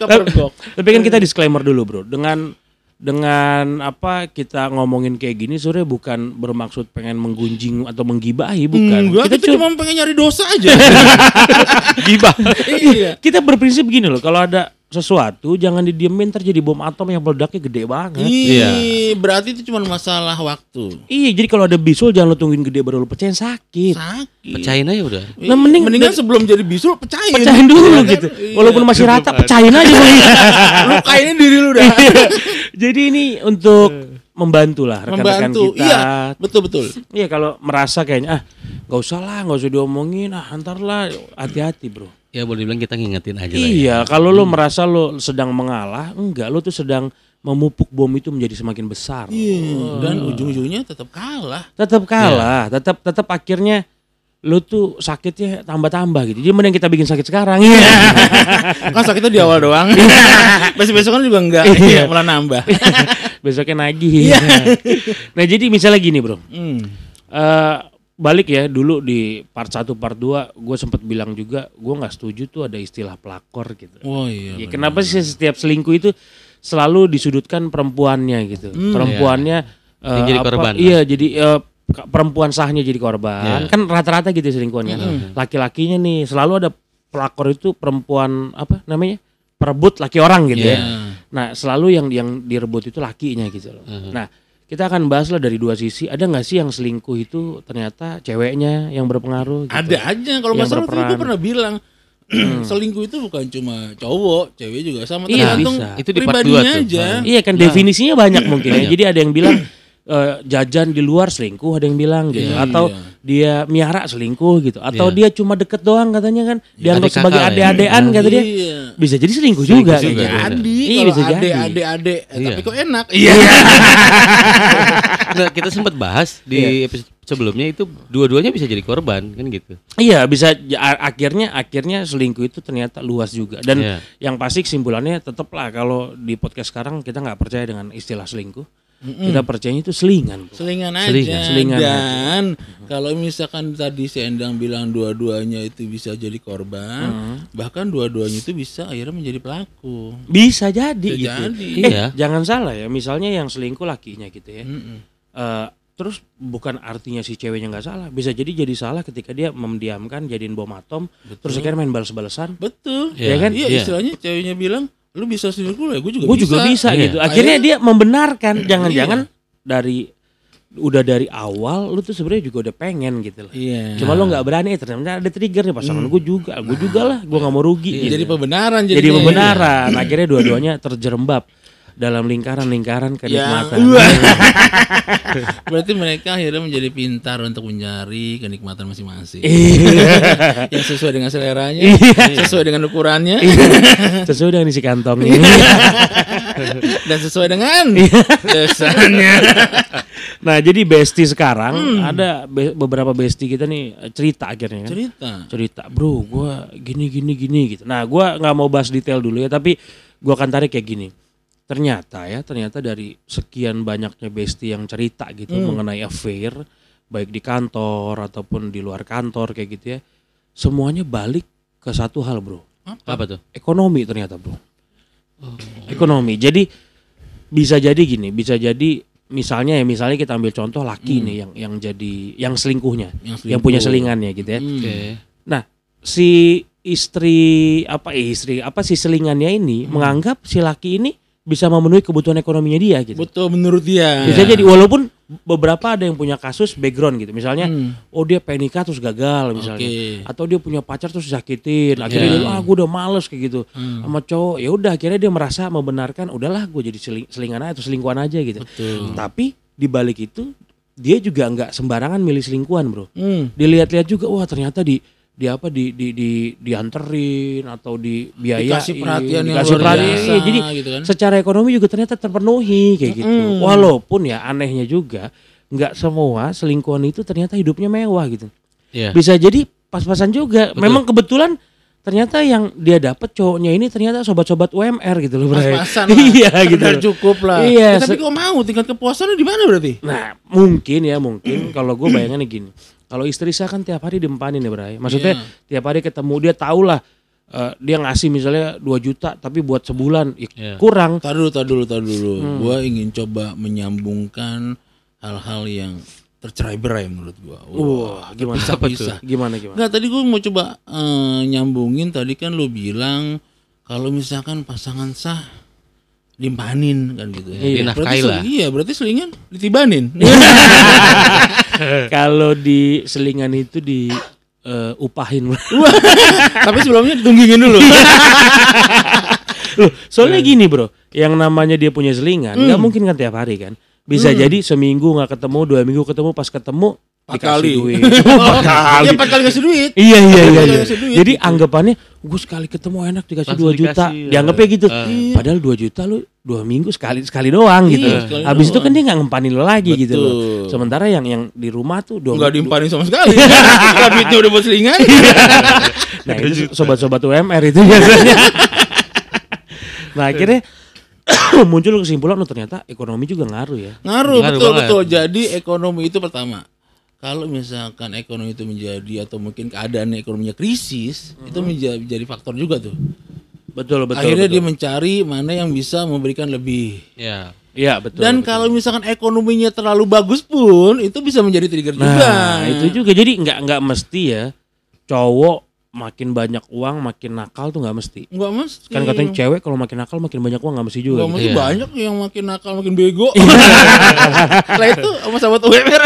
[SPEAKER 2] Kepergok.
[SPEAKER 1] Tapi kan kita disclaimer dulu, Bro. Dengan dengan apa kita ngomongin kayak gini sebenarnya bukan bermaksud pengen menggunjing atau menggibahi bukan.
[SPEAKER 2] Enggak,
[SPEAKER 1] kita
[SPEAKER 2] kita
[SPEAKER 1] cuma
[SPEAKER 2] cuma pengen nyari dosa
[SPEAKER 1] <laughs>
[SPEAKER 2] aja.
[SPEAKER 1] gibah.
[SPEAKER 2] <laughs> Iya.
[SPEAKER 1] kita berprinsip gini loh, kalau ada sesuatu jangan didiemin terjadi bom atom yang meledaknya gede banget.
[SPEAKER 2] Iya, berarti itu cuma masalah waktu.
[SPEAKER 1] Iya, jadi kalau ada bisul jangan lo tungguin gede baru lo pecahin sakit.
[SPEAKER 2] Sakit.
[SPEAKER 3] Pecahin aja udah.
[SPEAKER 1] Nah, mending-
[SPEAKER 2] mendingan sebelum jadi bisul pecahin.
[SPEAKER 1] Pecahin dulu
[SPEAKER 2] Iya kan?
[SPEAKER 1] gitu.
[SPEAKER 2] Iya.
[SPEAKER 1] Walaupun masih rata, pecahin aja.
[SPEAKER 2] <laughs>
[SPEAKER 1] <laughs>
[SPEAKER 2] lu kainin diri lu dah.
[SPEAKER 1] Iya. Jadi ini untuk membantu lah rekan-rekan
[SPEAKER 2] <laughs> Iya. Membantu.
[SPEAKER 1] kita.
[SPEAKER 2] Iya, betul betul.
[SPEAKER 1] Iya kalau merasa kayaknya ah nggak usah lah nggak usah diomongin ah antar lah hati-hati bro.
[SPEAKER 3] Ya boleh bilang kita ngingetin aja lah. ya.
[SPEAKER 1] Iya kalau lo
[SPEAKER 2] Hmm.
[SPEAKER 1] merasa lo sedang mengalah enggak lo tuh sedang memupuk bom itu menjadi semakin besar.
[SPEAKER 2] Iya.
[SPEAKER 1] Oh.
[SPEAKER 2] Dan ujung-ujungnya
[SPEAKER 1] <laughs>
[SPEAKER 2] tetap kalah.
[SPEAKER 1] Tetap kalah
[SPEAKER 2] Iya.
[SPEAKER 1] tetap tetap akhirnya lo tuh sakitnya tambah-tambah gitu. Jadi mending kita bikin sakit sekarang.
[SPEAKER 2] <laughs>
[SPEAKER 1] Iya.
[SPEAKER 2] Kan sakitnya di awal doang. <laughs> Besok-besok kan juga enggak.
[SPEAKER 1] Iya.
[SPEAKER 2] Iya, malah nambah.
[SPEAKER 1] Besoknya nagih. <laughs> nah jadi misalnya gini bro.
[SPEAKER 2] Hmm.
[SPEAKER 1] Eh, balik ya dulu di part 1 part 2 gue sempet bilang juga gue nggak setuju tuh ada istilah pelakor gitu.
[SPEAKER 2] Wah, iya.
[SPEAKER 1] Ya, kenapa sih setiap selingkuh itu selalu disudutkan perempuannya gitu. perempuannya eh,
[SPEAKER 3] Hmm. Iya. Yang jadi
[SPEAKER 1] apa-
[SPEAKER 3] korban Iya. lah.
[SPEAKER 1] Iya, jadi eh, k- perempuan sahnya jadi korban. Kan rata-rata gitu selingkuhan kan.
[SPEAKER 3] Hmm.
[SPEAKER 1] Laki-lakinya nih selalu ada pelakor itu perempuan apa namanya? perebut laki orang gitu
[SPEAKER 3] Iya.
[SPEAKER 1] ya. Nah, selalu yang yang direbut itu lakinya gitu loh. Nah, kita akan bahas lah dari dua sisi. Ada nggak sih yang selingkuh itu ternyata ceweknya yang berpengaruh? Gitu?
[SPEAKER 2] Ada aja kalau
[SPEAKER 1] Yang
[SPEAKER 2] nggak salah
[SPEAKER 1] berperan. Hmm.
[SPEAKER 2] gue pernah bilang <clears throat> selingkuh itu bukan cuma cowok, cewek juga sama
[SPEAKER 1] Iya,
[SPEAKER 2] tergantung
[SPEAKER 1] bisa.
[SPEAKER 3] Itu di part
[SPEAKER 2] pribadinya
[SPEAKER 3] dua tuh.
[SPEAKER 2] aja.
[SPEAKER 1] Iya kan definisinya banyak mungkin ya. Jadi ada yang bilang <clears throat> eh, jajan di luar selingkuh, ada yang bilang gitu.
[SPEAKER 2] Iya.
[SPEAKER 1] atau dia miara selingkuh gitu. Atau dia cuma deket doang katanya kan. Dianggap
[SPEAKER 3] Adik kakak
[SPEAKER 1] sebagai
[SPEAKER 3] lah ya.
[SPEAKER 1] ade-adean kata dia.
[SPEAKER 2] Iya.
[SPEAKER 1] Bisa jadi selingkuh juga.
[SPEAKER 3] Selingkuh juga.
[SPEAKER 1] kayaknya.
[SPEAKER 2] Jadi
[SPEAKER 1] Iya,
[SPEAKER 2] kalau
[SPEAKER 1] bisa
[SPEAKER 2] ade
[SPEAKER 1] jadi.
[SPEAKER 2] ade ade eh,
[SPEAKER 3] Iya.
[SPEAKER 2] tapi kok enak. Iya.
[SPEAKER 3] Nah, kita sempat bahas di episode sebelumnya itu dua-duanya bisa jadi korban kan gitu.
[SPEAKER 1] Iya bisa ja- a- akhirnya akhirnya selingkuh itu ternyata luas juga dan
[SPEAKER 3] Iya.
[SPEAKER 1] yang pasti kesimpulannya tetaplah kalau di podcast sekarang kita nggak percaya dengan istilah selingkuh kita percaya itu selingan bro.
[SPEAKER 2] Selingan aja.
[SPEAKER 3] Selingan.
[SPEAKER 1] Selingan aja.
[SPEAKER 2] Dan kalau misalkan tadi si Endang bilang dua-duanya itu bisa jadi korban,
[SPEAKER 1] Hmm.
[SPEAKER 2] bahkan dua-duanya itu bisa akhirnya menjadi pelaku.
[SPEAKER 1] bisa jadi gitu
[SPEAKER 2] jadi.
[SPEAKER 1] Eh,
[SPEAKER 3] Iya.
[SPEAKER 1] jangan salah ya misalnya yang selingkuh lakinya gitu ya Eh, terus bukan artinya si ceweknya nggak salah bisa jadi jadi salah ketika dia memdiamkan jadiin bom atom terus akhirnya main balas-balasan
[SPEAKER 2] Betul.
[SPEAKER 1] Iya kan?
[SPEAKER 2] Iya,
[SPEAKER 3] Iya.
[SPEAKER 2] istilahnya ceweknya bilang lu bisa selingkuh ya gue juga
[SPEAKER 1] gue juga bisa
[SPEAKER 3] Iya.
[SPEAKER 1] gitu akhirnya dia
[SPEAKER 2] <clears throat>
[SPEAKER 1] membenarkan jangan-jangan
[SPEAKER 2] Iya.
[SPEAKER 1] dari udah dari awal lu tuh sebenarnya juga udah pengen gitu loh
[SPEAKER 2] Iya. Hmm.
[SPEAKER 1] cuma lu nggak berani eh, ternyata ada trigger nih pasangan gue juga gue juga lah gue nggak mau rugi gitu.
[SPEAKER 2] Iya. Jadi pembenaran
[SPEAKER 1] jadi
[SPEAKER 2] jadinya.
[SPEAKER 1] pembenaran akhirnya dua-duanya terjerembab dalam lingkaran-lingkaran
[SPEAKER 2] yang
[SPEAKER 1] kenikmatan
[SPEAKER 2] berarti mereka akhirnya menjadi pintar untuk mencari kenikmatan masing-masing
[SPEAKER 1] Iya.
[SPEAKER 2] <laughs> yang sesuai dengan seleranya sesuai dengan ukurannya
[SPEAKER 1] <laughs> Iya. sesuai dengan isi kantongnya
[SPEAKER 2] dan sesuai dengan
[SPEAKER 1] Iya.
[SPEAKER 2] desainnya
[SPEAKER 1] nah jadi bestie sekarang ada be- beberapa bestie kita nih eh, cerita akhirnya kan
[SPEAKER 2] cerita
[SPEAKER 1] cerita bro gue gini gini gini gitu nah gua nggak mau bahas detail dulu ya tapi gua akan tarik kayak gini ternyata ya ternyata dari sekian banyaknya bestie yang cerita gitu
[SPEAKER 2] Hmm.
[SPEAKER 1] mengenai affair baik di kantor ataupun di luar kantor kayak gitu ya semuanya balik ke satu hal bro
[SPEAKER 3] Apa tuh?
[SPEAKER 1] ekonomi ternyata bro
[SPEAKER 2] Oh.
[SPEAKER 1] ekonomi jadi bisa jadi gini bisa jadi misalnya ya misalnya kita ambil contoh laki nih yang yang jadi yang selingkuhnya yang,
[SPEAKER 2] Hmm. Yang
[SPEAKER 1] punya
[SPEAKER 2] selingkuh.
[SPEAKER 1] selingannya gitu ya
[SPEAKER 2] Hmm.
[SPEAKER 3] Oke.
[SPEAKER 1] Nah, si istri apa eh, istri apa si selingannya ini menganggap si laki ini bisa memenuhi kebutuhan ekonominya dia gitu.
[SPEAKER 2] betul menurut dia
[SPEAKER 1] Bisa jadi walaupun beberapa ada yang punya kasus background gitu. Misalnya oh dia pengen nikah terus gagal misalnya.
[SPEAKER 2] Hmm. Oke.
[SPEAKER 1] Atau dia punya pacar terus sakitin. Akhirnya dia ah gue udah males kayak gitu. Sama cowok ya udah akhirnya dia merasa membenarkan udahlah gue jadi seling- selingan aja atau selingkuhan aja gitu. Tapi di balik itu dia juga nggak sembarangan milih selingkuhan, Bro
[SPEAKER 2] Hmm.
[SPEAKER 1] dilihat-lihat juga wah ternyata di di apa di di di dianterin atau dibiayain
[SPEAKER 2] Dikasih perhatian yang
[SPEAKER 1] dikasih
[SPEAKER 2] luar
[SPEAKER 1] perhatian.
[SPEAKER 2] biasa,
[SPEAKER 1] Iya, jadi
[SPEAKER 2] gitu kan. Hmm.
[SPEAKER 1] secara ekonomi juga ternyata terpenuhi kayak gitu walaupun ya anehnya juga nggak semua selingkuhan itu ternyata hidupnya mewah gitu
[SPEAKER 3] Iya.
[SPEAKER 1] bisa jadi pas-pasan juga memang kebetulan ternyata yang dia dapat cowoknya ini ternyata sobat-sobat UMR gitu loh Bray.
[SPEAKER 2] Pas-pasan
[SPEAKER 1] <laughs>
[SPEAKER 2] lah.
[SPEAKER 1] iya gitu.
[SPEAKER 2] Udah cukup lah.
[SPEAKER 1] Iya.
[SPEAKER 2] Ya,
[SPEAKER 1] se-
[SPEAKER 2] tapi kok mau tingkat kepuasannya di mana berarti?
[SPEAKER 1] Nah mungkin ya mungkin kalau gue bayangannya gini. Kalau istri saya kan tiap hari diempanin ya Bray. Maksudnya
[SPEAKER 2] Iya.
[SPEAKER 1] tiap hari ketemu dia tahu lah eh, dia ngasih misalnya 2 juta tapi buat sebulan ya
[SPEAKER 3] Iya.
[SPEAKER 1] kurang.
[SPEAKER 2] Tar dulu, tar dulu, tar dulu. Gua ingin coba menyambungkan hal-hal yang tercerai berai menurut gua.
[SPEAKER 1] Wah gimana?
[SPEAKER 2] Apa tuh?
[SPEAKER 1] Gimana gimana?
[SPEAKER 2] Enggak, tadi gue mau coba eh, nyambungin tadi kan lu bilang kalau misalkan pasangan sah dimpanin kan gitu ya.
[SPEAKER 1] Iya.
[SPEAKER 2] berarti
[SPEAKER 3] Dinafkahi lah.
[SPEAKER 2] sel- iya, berarti selingan ditibanin. <laughs> Eh.
[SPEAKER 1] Kalau di selingan itu di eh, upahin.
[SPEAKER 2] Tapi sebelumnya ditunggingin dulu.
[SPEAKER 1] <laughs> Loh, soalnya
[SPEAKER 2] Eh.
[SPEAKER 1] gini bro, yang namanya dia punya selingan,
[SPEAKER 2] Hmm.
[SPEAKER 1] nggak mungkin kan tiap hari kan. Bisa jadi seminggu nggak ketemu, dua minggu ketemu, pas ketemu
[SPEAKER 2] Empat
[SPEAKER 1] dikasih
[SPEAKER 2] kali. <laughs>
[SPEAKER 1] duit.
[SPEAKER 2] Oh, Iya, empat kali ngasih duit.
[SPEAKER 1] Iya iya iya. iya.
[SPEAKER 2] Dikasih duit. gitu.
[SPEAKER 1] Jadi anggapannya gue sekali ketemu enak dikasih
[SPEAKER 3] Langsung
[SPEAKER 1] 2 juta,
[SPEAKER 3] dikasih, ya.
[SPEAKER 1] dianggapnya gitu.
[SPEAKER 3] Eh.
[SPEAKER 1] Padahal 2 juta lu dua minggu sekali sekali doang gitu.
[SPEAKER 2] Iya, sekali
[SPEAKER 1] Habis itu
[SPEAKER 2] doang.
[SPEAKER 1] kan dia nggak ngempanin lo lagi gitu loh.
[SPEAKER 2] Betul.
[SPEAKER 1] Sementara yang yang di rumah tuh dua
[SPEAKER 2] Enggak dimpanin sama sekali. Kalau duitnya udah buat selingan.
[SPEAKER 1] Nah itu sobat-sobat UMR itu <laughs> biasanya. nah akhirnya <coughs> muncul kesimpulan oh ternyata ekonomi juga ngaruh ya.
[SPEAKER 2] Ngaruh,
[SPEAKER 3] Ngaruh
[SPEAKER 2] betul
[SPEAKER 3] banget.
[SPEAKER 2] betul. Jadi ekonomi itu pertama. Kalau misalkan ekonomi itu menjadi atau mungkin keadaan ekonominya krisis, itu menja- menjadi faktor juga tuh.
[SPEAKER 1] Betul
[SPEAKER 2] Akhirnya dia mencari mana yang bisa memberikan lebih.
[SPEAKER 3] Ya.
[SPEAKER 1] Iya betul.
[SPEAKER 2] Dan kalau misalkan ekonominya terlalu bagus pun, itu bisa menjadi trigger juga.
[SPEAKER 1] nah itu juga jadi nggak nggak mesti ya cowok makin banyak uang makin nakal tuh nggak mesti.
[SPEAKER 2] Enggak mesti.
[SPEAKER 1] Kan gitu, katanya cewek kalau makin nakal makin banyak uang nggak mesti juga.
[SPEAKER 2] Iya. Nggak mesti
[SPEAKER 3] Iya.
[SPEAKER 2] banyak yang makin nakal makin bego.
[SPEAKER 1] Iya.
[SPEAKER 2] <laughs> Lah itu sama sahabat
[SPEAKER 1] <laughs>
[SPEAKER 2] UMR.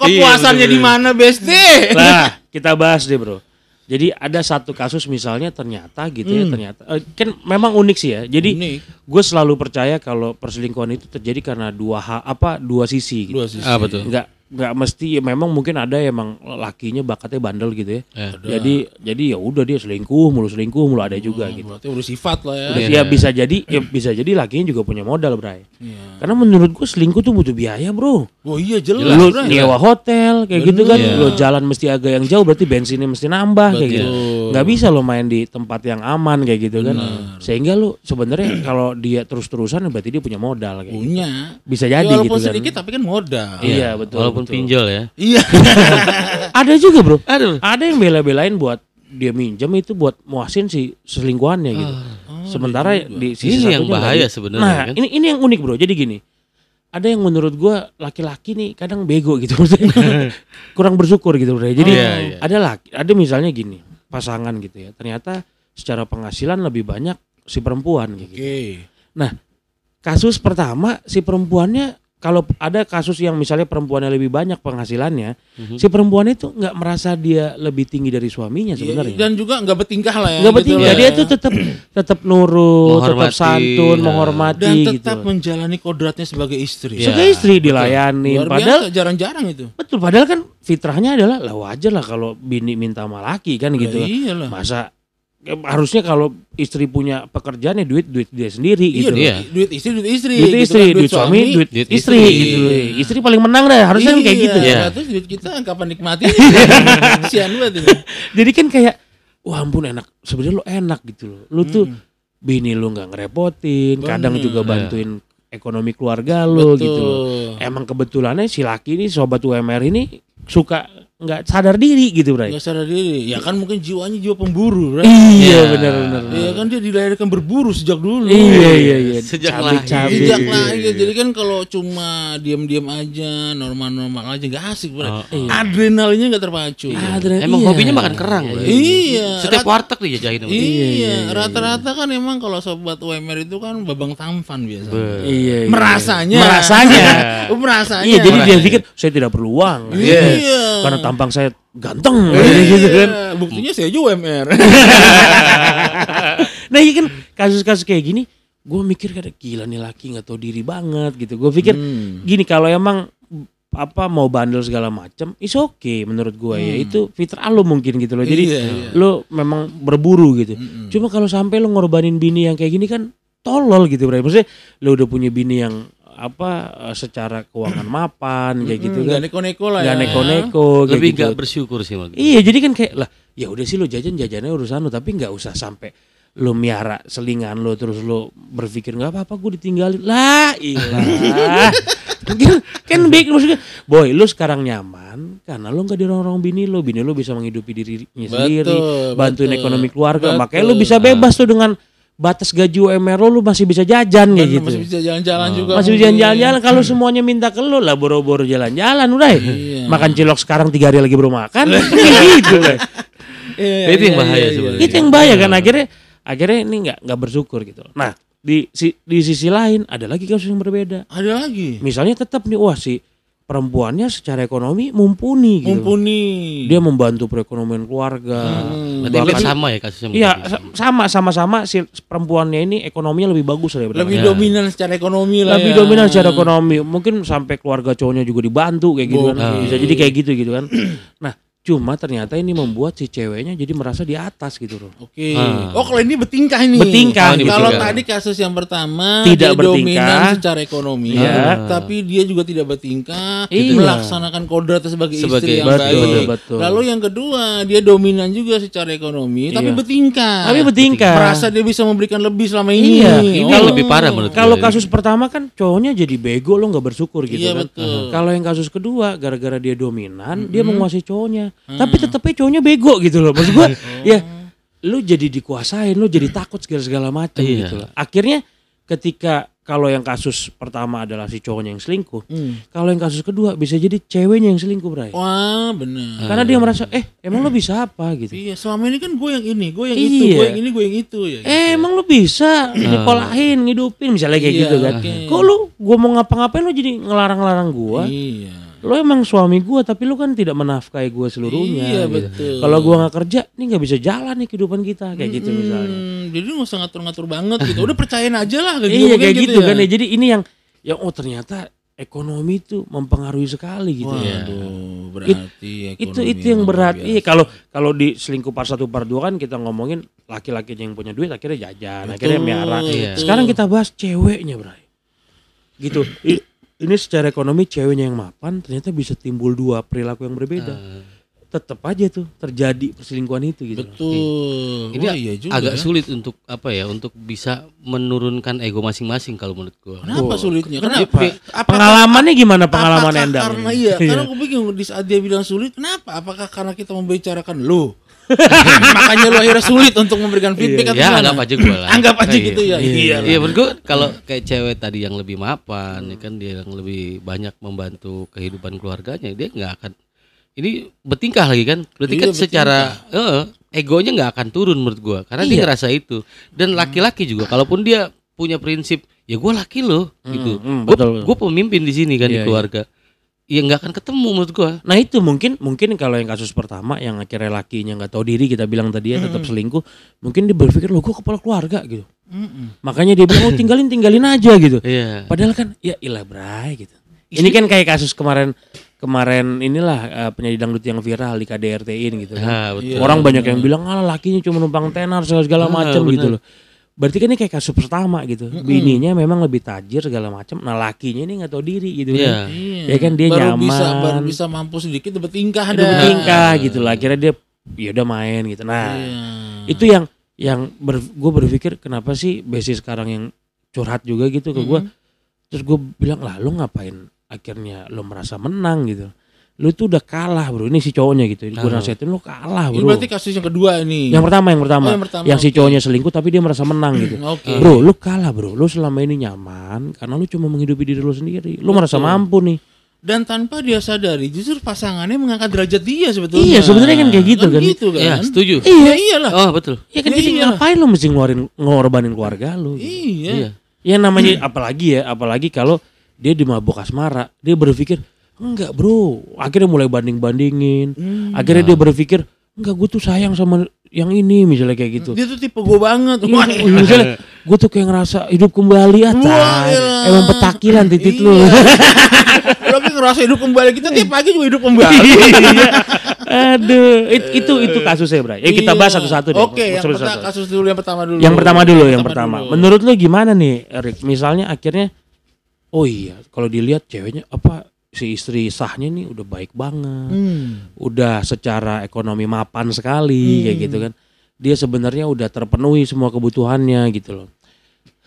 [SPEAKER 2] Kepuasannya di mana, Besti? <laughs>
[SPEAKER 1] Nah kita bahas deh bro. Jadi ada satu kasus misalnya ternyata gitu ya ternyata eh, kan memang unik sih ya. Jadi
[SPEAKER 2] Hmm. Unik.
[SPEAKER 1] gue selalu percaya kalau perselingkuhan itu terjadi karena dua hal apa dua sisi. Gitu.
[SPEAKER 2] Dua sisi.
[SPEAKER 3] Apa tuh?
[SPEAKER 1] Nggak nggak mesti ya memang mungkin ada yang emang lakinya bakatnya bandel gitu ya.
[SPEAKER 2] Eh,
[SPEAKER 3] Ya.
[SPEAKER 1] Jadi jadi ya udah dia selingkuh mulu selingkuh mulu ada juga gitu.
[SPEAKER 2] Nah, Berarti udah sifat lah ya.
[SPEAKER 1] Terus ya bisa jadi ya bisa jadi lakinya juga punya modal, Bray.
[SPEAKER 2] Hmm.
[SPEAKER 1] Karena menurut gue selingkuh tuh butuh biaya, Bro.
[SPEAKER 2] Oh iya jelas.
[SPEAKER 1] Lu
[SPEAKER 2] Bray.
[SPEAKER 1] nyewa hotel kayak gitu kan,
[SPEAKER 2] Bener.
[SPEAKER 1] lo jalan mesti agak yang jauh berarti bensinnya mesti nambah kayak gitu.
[SPEAKER 2] Betul.
[SPEAKER 1] Nggak bisa lo main di tempat yang aman kayak gitu kan. Sehingga lo sebenarnya <clears throat> kalau dia terus-terusan berarti dia punya modal kayak. gitu.
[SPEAKER 2] Punya.
[SPEAKER 1] Bisa jadi
[SPEAKER 2] Ya, walaupun
[SPEAKER 1] gitu kan.
[SPEAKER 2] sedikit tapi kan modal.
[SPEAKER 1] Iya, betul.
[SPEAKER 3] Walaupun
[SPEAKER 1] betul.
[SPEAKER 3] pinjol ya.
[SPEAKER 1] <laughs>
[SPEAKER 2] Iya.
[SPEAKER 1] Ada juga, Bro.
[SPEAKER 3] Aduh.
[SPEAKER 1] Ada yang bela-belain buat dia minjem itu buat muasin si selingkuhannya gitu. Sementara di sisi
[SPEAKER 3] Ini yang
[SPEAKER 1] satunya
[SPEAKER 3] bahaya
[SPEAKER 1] nggak-
[SPEAKER 3] sebenarnya,
[SPEAKER 1] Nah,
[SPEAKER 3] kan?
[SPEAKER 1] ini ini yang unik, Bro. Jadi gini. Ada yang menurut gua laki-laki nih kadang bego gitu <laughs> maksudnya. Kurang bersyukur gitu, Bro. Jadi
[SPEAKER 3] Iya, iya.
[SPEAKER 1] ada laki, ada misalnya gini, pasangan gitu ya. Ternyata secara penghasilan lebih banyak si perempuan kayak gitu.
[SPEAKER 2] Oke. Iya,
[SPEAKER 1] Nah, kasus pertama si perempuannya kalau ada kasus yang misalnya perempuannya lebih banyak penghasilannya,
[SPEAKER 3] Mhm.
[SPEAKER 1] si perempuan itu nggak merasa dia lebih tinggi dari suaminya
[SPEAKER 3] Iya,
[SPEAKER 1] sebenarnya.
[SPEAKER 2] iya. Dan juga nggak bertingkah lah ya.
[SPEAKER 1] nggak
[SPEAKER 2] gitu
[SPEAKER 1] bertinggi,
[SPEAKER 2] lah
[SPEAKER 1] dia
[SPEAKER 2] ya.
[SPEAKER 1] tuh tetap tetap nurut, tetap
[SPEAKER 3] Menghormati,
[SPEAKER 1] santun,
[SPEAKER 3] ya.
[SPEAKER 1] menghormati
[SPEAKER 2] dan
[SPEAKER 1] gitu.
[SPEAKER 2] tetap menjalani kodratnya sebagai istri.
[SPEAKER 3] Iya.
[SPEAKER 1] Sebagai istri dilayani,
[SPEAKER 2] Luar
[SPEAKER 1] padahal
[SPEAKER 2] biasa, jarang-jarang itu.
[SPEAKER 1] betul padahal kan fitrahnya adalah lah wajar lah kalau bini minta sama laki kan gitu.
[SPEAKER 2] Lah, iya. iyalah.
[SPEAKER 1] Masa ya, harusnya kalau istri punya pekerjaan ya duit duit dia sendiri gitu.
[SPEAKER 2] Iya, duit,
[SPEAKER 3] Iya.
[SPEAKER 2] duit istri, duit istri.
[SPEAKER 1] duit
[SPEAKER 2] gitu
[SPEAKER 1] istri,
[SPEAKER 2] kan,
[SPEAKER 1] duit suami, duit,
[SPEAKER 3] duit
[SPEAKER 1] istri,
[SPEAKER 3] istri.
[SPEAKER 1] gitu loh. Istri paling menang deh, harusnya kan kayak gitu.
[SPEAKER 2] Iya,
[SPEAKER 3] Iya.
[SPEAKER 2] Terus duit kita kapan
[SPEAKER 1] <laughs>
[SPEAKER 2] nikmati? Sian banget ini.
[SPEAKER 1] Jadi kan kayak wah ampun enak. Sebenarnya lo enak gitu loh. Lu tuh bini lu nggak ngerepotin, kadang
[SPEAKER 2] Hmm. Bener. Iya.
[SPEAKER 1] juga bantuin ekonomi keluarga lo
[SPEAKER 2] Betul.
[SPEAKER 1] gitu loh. Emang kebetulannya si laki ini sobat UMR ini suka nggak sadar diri gitu, Bray.
[SPEAKER 2] Nggak sadar diri. Ya kan mungkin jiwanya jiwa pemburu, right?
[SPEAKER 1] Iya,
[SPEAKER 3] Iya.
[SPEAKER 1] benar benar.
[SPEAKER 2] Iya kan dia dilahirkan berburu sejak dulu.
[SPEAKER 1] Iya iya iya.
[SPEAKER 3] Sejak
[SPEAKER 1] Cabik-cabik.
[SPEAKER 2] Sejak lahir. Jadi kan kalau cuma diam-diam aja, normal-normal aja nggak asik bener. Adrenalinnya nggak terpacu.
[SPEAKER 1] Adre- Oh,
[SPEAKER 3] Emang
[SPEAKER 1] iya.
[SPEAKER 3] hobinya makan kerang. Bro.
[SPEAKER 2] Iya.
[SPEAKER 3] Setiap
[SPEAKER 2] rat-
[SPEAKER 3] warteg dijajahin. Bro.
[SPEAKER 2] Iya, rata-rata kan emang kalau sobat UMR itu kan babang tampan biasa.
[SPEAKER 1] Iya, iya.
[SPEAKER 2] Merasanya. <laughs> Oh,
[SPEAKER 1] Merasanya.
[SPEAKER 2] merasanya.
[SPEAKER 1] Iya, jadi dia pikir saya tidak perlu uang.
[SPEAKER 2] Iya.
[SPEAKER 1] Karena tampang saya ganteng
[SPEAKER 2] Iya,
[SPEAKER 1] <laughs> gitu kan.
[SPEAKER 2] Buktinya saya
[SPEAKER 1] <laughs>
[SPEAKER 2] juga UMR.
[SPEAKER 1] Nah, iya kan kasus-kasus kayak gini gue mikir kadang gila nih laki nggak tahu diri banget gitu. Gue pikir
[SPEAKER 2] Hmm.
[SPEAKER 1] gini kalau emang apa mau bandel segala macam is oke menurut gue ya itu fitrah lo mungkin gitu loh jadi
[SPEAKER 2] Hmm. Iya, Hmm.
[SPEAKER 1] lo memang berburu gitu cuma kalau sampai lo ngorbanin bini yang kayak gini kan tolol gitu berarti maksudnya lo udah punya bini yang apa eh, secara
[SPEAKER 2] <clears throat>
[SPEAKER 1] keuangan mapan kayak gitu
[SPEAKER 2] Nggak
[SPEAKER 1] kan.
[SPEAKER 2] neko-neko lah ya.
[SPEAKER 1] Gak neko-neko kayak
[SPEAKER 3] Lebih
[SPEAKER 1] gitu.
[SPEAKER 3] nggak bersyukur sih Mal.
[SPEAKER 1] Iya jadi kan kayak lah ya udah sih lu jajan jajannya urusan lu tapi nggak usah sampai lu miara selingan lu terus lu berpikir nggak apa-apa gue ditinggalin lah ilah <laughs> Kan- kan baik maksudnya boy lu sekarang nyaman karena lu nggak dirorong bini lu bini lu bisa menghidupi dirinya sendiri
[SPEAKER 2] Betul,
[SPEAKER 1] bantuin
[SPEAKER 2] betul.
[SPEAKER 1] ekonomi keluarga
[SPEAKER 2] Betul. Nah.
[SPEAKER 1] makanya lu bisa bebas tuh dengan batas gaji UMR lu, lu masih bisa jajan
[SPEAKER 2] Dan
[SPEAKER 1] kayak gitu
[SPEAKER 2] Kan Masih bisa jalan-jalan juga.
[SPEAKER 1] masih
[SPEAKER 2] mungkin.
[SPEAKER 1] bisa jalan-jalan kalau semuanya minta ke lu lah boro-boro jalan-jalan udah ya. makan cilok sekarang tiga hari lagi baru
[SPEAKER 2] <laughs>
[SPEAKER 1] makan Kayak gitu Bray.
[SPEAKER 2] Iya,
[SPEAKER 3] Itu yang
[SPEAKER 2] iya,
[SPEAKER 3] bahaya
[SPEAKER 2] iya, iya.
[SPEAKER 3] sebenarnya.
[SPEAKER 1] itu yang bahaya kan akhirnya akhirnya ini nggak nggak bersyukur gitu loh. nah di si- di sisi lain ada lagi kasus yang berbeda
[SPEAKER 2] Ada lagi.
[SPEAKER 1] misalnya tetap nih wah si perempuannya secara ekonomi mumpuni gitu
[SPEAKER 2] Mumpuni. Hmm,
[SPEAKER 1] dia membantu perekonomian keluarga
[SPEAKER 3] Berarti
[SPEAKER 1] Bahkan-
[SPEAKER 3] hampir sama ya kasusnya.
[SPEAKER 1] iya sa- sama sama sama si perempuannya ini ekonominya lebih bagus daripada
[SPEAKER 2] lebih
[SPEAKER 1] laki.
[SPEAKER 3] Ya.
[SPEAKER 2] dominan secara ekonomi lah.
[SPEAKER 1] Iya. lebih
[SPEAKER 2] ya.
[SPEAKER 1] dominan secara ekonomi mungkin sampai keluarga cowoknya juga dibantu kayak gitu kan
[SPEAKER 2] Iya.
[SPEAKER 3] Oke.
[SPEAKER 1] bisa jadi kayak gitu gitu kan <clears throat> nah cuma ternyata ini membuat si ceweknya jadi merasa di atas gitu loh
[SPEAKER 2] Oke.
[SPEAKER 3] Ah.
[SPEAKER 2] Oh, kalau ini bertingkah nih.
[SPEAKER 1] Bertingkah.
[SPEAKER 3] Oh, ini
[SPEAKER 2] Kalau
[SPEAKER 3] bertingkah.
[SPEAKER 2] tadi kasus yang pertama
[SPEAKER 1] Tidak
[SPEAKER 2] dia dominan
[SPEAKER 1] bertingkah.
[SPEAKER 2] secara ekonomi,
[SPEAKER 1] Iya.
[SPEAKER 2] tapi dia juga tidak bertingkah,
[SPEAKER 1] Iya.
[SPEAKER 2] melaksanakan kodratnya sebagai,
[SPEAKER 3] Sebagai-
[SPEAKER 2] istri yang
[SPEAKER 1] Betul,
[SPEAKER 2] baik.
[SPEAKER 1] betul.
[SPEAKER 2] Lalu yang kedua, dia dominan juga secara ekonomi, tapi
[SPEAKER 1] Iya.
[SPEAKER 2] bertingkah.
[SPEAKER 1] Tapi bertingkah.
[SPEAKER 2] Merasa dia bisa memberikan lebih selama ini. Oh.
[SPEAKER 1] Iya.
[SPEAKER 3] Ini
[SPEAKER 1] Kalau-
[SPEAKER 3] lebih parah menurut ya.
[SPEAKER 1] kalau
[SPEAKER 3] gue.
[SPEAKER 1] kasus pertama kan cowoknya jadi bego lo nggak bersyukur gitu
[SPEAKER 2] Iya,
[SPEAKER 1] kan
[SPEAKER 2] betul.
[SPEAKER 1] kalau yang kasus kedua gara-gara dia dominan dia menguasai cowoknya tapi tetepnya cowoknya bego gitu loh maksud
[SPEAKER 2] Oh.
[SPEAKER 1] gue ya lu jadi dikuasain lu jadi takut segala segala macam
[SPEAKER 3] Iya.
[SPEAKER 1] gitu loh akhirnya ketika kalau yang kasus pertama adalah si cowoknya yang selingkuh
[SPEAKER 2] Hmm.
[SPEAKER 1] kalau yang kasus kedua bisa jadi ceweknya yang selingkuh Bray.
[SPEAKER 2] Oh. Wah, benar.
[SPEAKER 1] Karena dia merasa, eh emang lo bisa apa gitu.
[SPEAKER 2] Iya, selama ini kan gue yang ini, gue yang
[SPEAKER 1] Iya.
[SPEAKER 2] itu, gue yang ini, gue yang itu ya.
[SPEAKER 1] Eh emang lo bisa nyekolahin, ngidupin misalnya kayak
[SPEAKER 2] Ah. Iya,
[SPEAKER 1] gitu kan.
[SPEAKER 2] oke.
[SPEAKER 1] Kok lo gue mau ngapa-ngapain lo jadi ngelarang-larang gue.
[SPEAKER 2] Iya.
[SPEAKER 1] Lo emang suami gue tapi lo kan tidak menafkahi gue seluruhnya.
[SPEAKER 2] Iya,
[SPEAKER 1] gitu.
[SPEAKER 2] betul.
[SPEAKER 1] Kalau gue nggak kerja, ini nggak bisa jalan nih kehidupan kita kayak gitu misalnya.
[SPEAKER 2] Hmm, jadi nggak usah ngatur-ngatur banget gitu. Udah percayain aja lah ke
[SPEAKER 1] Iya
[SPEAKER 2] mungkin
[SPEAKER 1] kayak gitu,
[SPEAKER 2] ya.
[SPEAKER 1] kan ya. Jadi ini yang yang oh ternyata ekonomi itu mempengaruhi sekali gitu.
[SPEAKER 3] Iya.
[SPEAKER 1] ya.
[SPEAKER 2] Waduh, berarti
[SPEAKER 1] itu
[SPEAKER 2] ekonomi
[SPEAKER 1] itu yang
[SPEAKER 2] luar
[SPEAKER 1] berat
[SPEAKER 2] biasa.
[SPEAKER 1] iya kalau kalau di selingkuh par satu par dua kan kita ngomongin laki-laki yang punya duit akhirnya jajan akhirnya miara
[SPEAKER 2] betul. Iya.
[SPEAKER 1] sekarang kita bahas ceweknya bray gitu I- ini secara ekonomi ceweknya yang mapan ternyata bisa timbul dua perilaku yang berbeda tetap aja tuh terjadi perselingkuhan itu gitu
[SPEAKER 2] Eh. Betul.
[SPEAKER 3] Ini
[SPEAKER 2] Wah, iya juga.
[SPEAKER 3] agak
[SPEAKER 2] ya.
[SPEAKER 3] sulit untuk apa ya untuk bisa menurunkan ego masing-masing kalau menurut gua.
[SPEAKER 2] Kenapa sulitnya? Kenapa?
[SPEAKER 3] Tapi-
[SPEAKER 2] Apa-
[SPEAKER 1] pengalamannya gimana pengalaman
[SPEAKER 2] apakah
[SPEAKER 1] Endang
[SPEAKER 2] Karena
[SPEAKER 1] ini?
[SPEAKER 2] iya,
[SPEAKER 1] <laughs>
[SPEAKER 2] karena gue bingung di saat dia bilang sulit, kenapa? Apakah karena kita membicarakan
[SPEAKER 3] <laughs>
[SPEAKER 2] lu? Makanya lu akhirnya sulit untuk memberikan feedback atau
[SPEAKER 3] ya
[SPEAKER 2] gimana?
[SPEAKER 3] anggap aja gua lah.
[SPEAKER 2] Anggap aja
[SPEAKER 3] Iya.
[SPEAKER 2] gitu ya.
[SPEAKER 3] Iya,
[SPEAKER 2] Iya.
[SPEAKER 3] menurut gua kalau kayak cewek tadi yang lebih mapan, ya kan dia yang lebih banyak membantu kehidupan keluarganya, dia nggak akan ini bertingkah lagi kan? Berarti
[SPEAKER 2] Iya,
[SPEAKER 3] kan secara eh, egonya nggak akan turun menurut gua karena
[SPEAKER 1] Iya.
[SPEAKER 3] dia ngerasa itu.
[SPEAKER 1] Hmm.
[SPEAKER 3] Dan laki-laki juga kalaupun dia punya prinsip ya gua laki loh gitu.
[SPEAKER 1] hmm,
[SPEAKER 3] Gua-
[SPEAKER 1] betul, betul.
[SPEAKER 3] gua pemimpin di sini kan
[SPEAKER 1] Iya,
[SPEAKER 3] di keluarga. Ya nggak akan ketemu menurut gua.
[SPEAKER 1] Nah itu mungkin mungkin kalau yang kasus pertama yang akhirnya lakinya nggak tahu diri kita bilang tadi ya tetap selingkuh, mungkin dia berpikir lo gue kepala keluarga gitu. Makanya dia bilang oh tinggalin tinggalin aja gitu.
[SPEAKER 3] Iya.
[SPEAKER 1] Padahal kan ya ilah bray gitu. Ini kan kayak kasus kemarin kemarin inilah eh, penyanyi dangdut yang viral di KDRT-in gitu. kan.
[SPEAKER 3] Ah, betul.
[SPEAKER 1] Orang banyak yang bilang ah lakinya cuma numpang tenar segala, segala
[SPEAKER 3] Ah,
[SPEAKER 1] macam
[SPEAKER 3] benar.
[SPEAKER 1] gitu loh. Berarti kan ini kayak kasus pertama gitu. Bininya memang lebih tajir segala macam. Nah lakinya ini nggak tahu diri gitu. kan.
[SPEAKER 3] Iya.
[SPEAKER 1] Ya kan dia
[SPEAKER 2] baru
[SPEAKER 1] nyaman.
[SPEAKER 2] bisa baru bisa mampu sedikit udah bertingkah
[SPEAKER 1] Udah
[SPEAKER 2] dah. Iya.
[SPEAKER 1] bertingkah gitu lah. Akhirnya dia ya udah main gitu. Nah,
[SPEAKER 3] Ya,
[SPEAKER 1] itu yang yang gue berpikir kenapa sih Besi sekarang yang curhat juga gitu ke
[SPEAKER 2] Hmm.
[SPEAKER 1] gue. Terus gue bilang lah lu ngapain akhirnya lu merasa menang gitu. Lu tuh udah kalah bro. Ini si cowoknya gitu. Gue
[SPEAKER 3] Ah.
[SPEAKER 1] nasihatin lu kalah
[SPEAKER 2] Ini
[SPEAKER 1] bro.
[SPEAKER 2] Iya, berarti kasus yang kedua ini.
[SPEAKER 1] Yang pertama, yang pertama,
[SPEAKER 2] Oh, yang pertama,
[SPEAKER 1] yang si
[SPEAKER 2] oke.
[SPEAKER 1] cowoknya selingkuh tapi dia merasa menang gitu.
[SPEAKER 2] <clears throat> Oke.
[SPEAKER 1] Bro, lu kalah bro. Lu selama ini nyaman karena lu cuma menghidupi diri lu sendiri. Lu merasa mampu nih.
[SPEAKER 2] Dan tanpa dia sadari, justru pasangannya mengangkat derajat dia sebetulnya.
[SPEAKER 1] Iya, sebenarnya kan kayak gitu kan.
[SPEAKER 2] kan.
[SPEAKER 3] Iya, setuju.
[SPEAKER 2] Iya, iyalah.
[SPEAKER 3] Oh, betul.
[SPEAKER 1] Ya kan
[SPEAKER 2] Ya
[SPEAKER 1] jadi
[SPEAKER 2] iyalah.
[SPEAKER 1] ngapain lu mesti ngeluarin ngorbanin keluarga lu? gitu.
[SPEAKER 2] Iya.
[SPEAKER 3] Iya.
[SPEAKER 1] Ya namanya apalagi ya, apalagi kalau dia di mabuk asmara, dia berpikir enggak bro, akhirnya mulai banding bandingin,
[SPEAKER 2] Hmm.
[SPEAKER 1] akhirnya dia berpikir enggak gue tuh sayang sama yang ini misalnya kayak gitu.
[SPEAKER 2] Dia tuh tipe gue banget.
[SPEAKER 1] Iya, misalnya gue tuh kayak ngerasa hidup kembali ah, tai.
[SPEAKER 2] elah.
[SPEAKER 1] emang petakilan titik lu.
[SPEAKER 2] Iya. Tapi ngerasa hidup kembali kita tiap pagi juga hidup kembali.
[SPEAKER 1] <laughs>
[SPEAKER 2] <laughs>
[SPEAKER 1] Iya. Aduh, it- itu itu kasusnya, Bray. Eh kita bahas
[SPEAKER 2] Iya.
[SPEAKER 1] satu-satu deh.
[SPEAKER 2] Oke, yang
[SPEAKER 1] Satu-satu.
[SPEAKER 2] pertama kasus dulu yang pertama dulu.
[SPEAKER 1] Yang pertama dulu, yang pertama.
[SPEAKER 2] dulu.
[SPEAKER 1] Menurut lu gimana nih, Erik? Misalnya akhirnya, oh iya kalau dilihat ceweknya apa si istri sahnya nih udah baik banget
[SPEAKER 6] Hmm.
[SPEAKER 1] udah secara ekonomi mapan sekali kayak
[SPEAKER 2] Hmm.
[SPEAKER 1] gitu kan. Dia sebenarnya udah terpenuhi semua kebutuhannya gitu loh.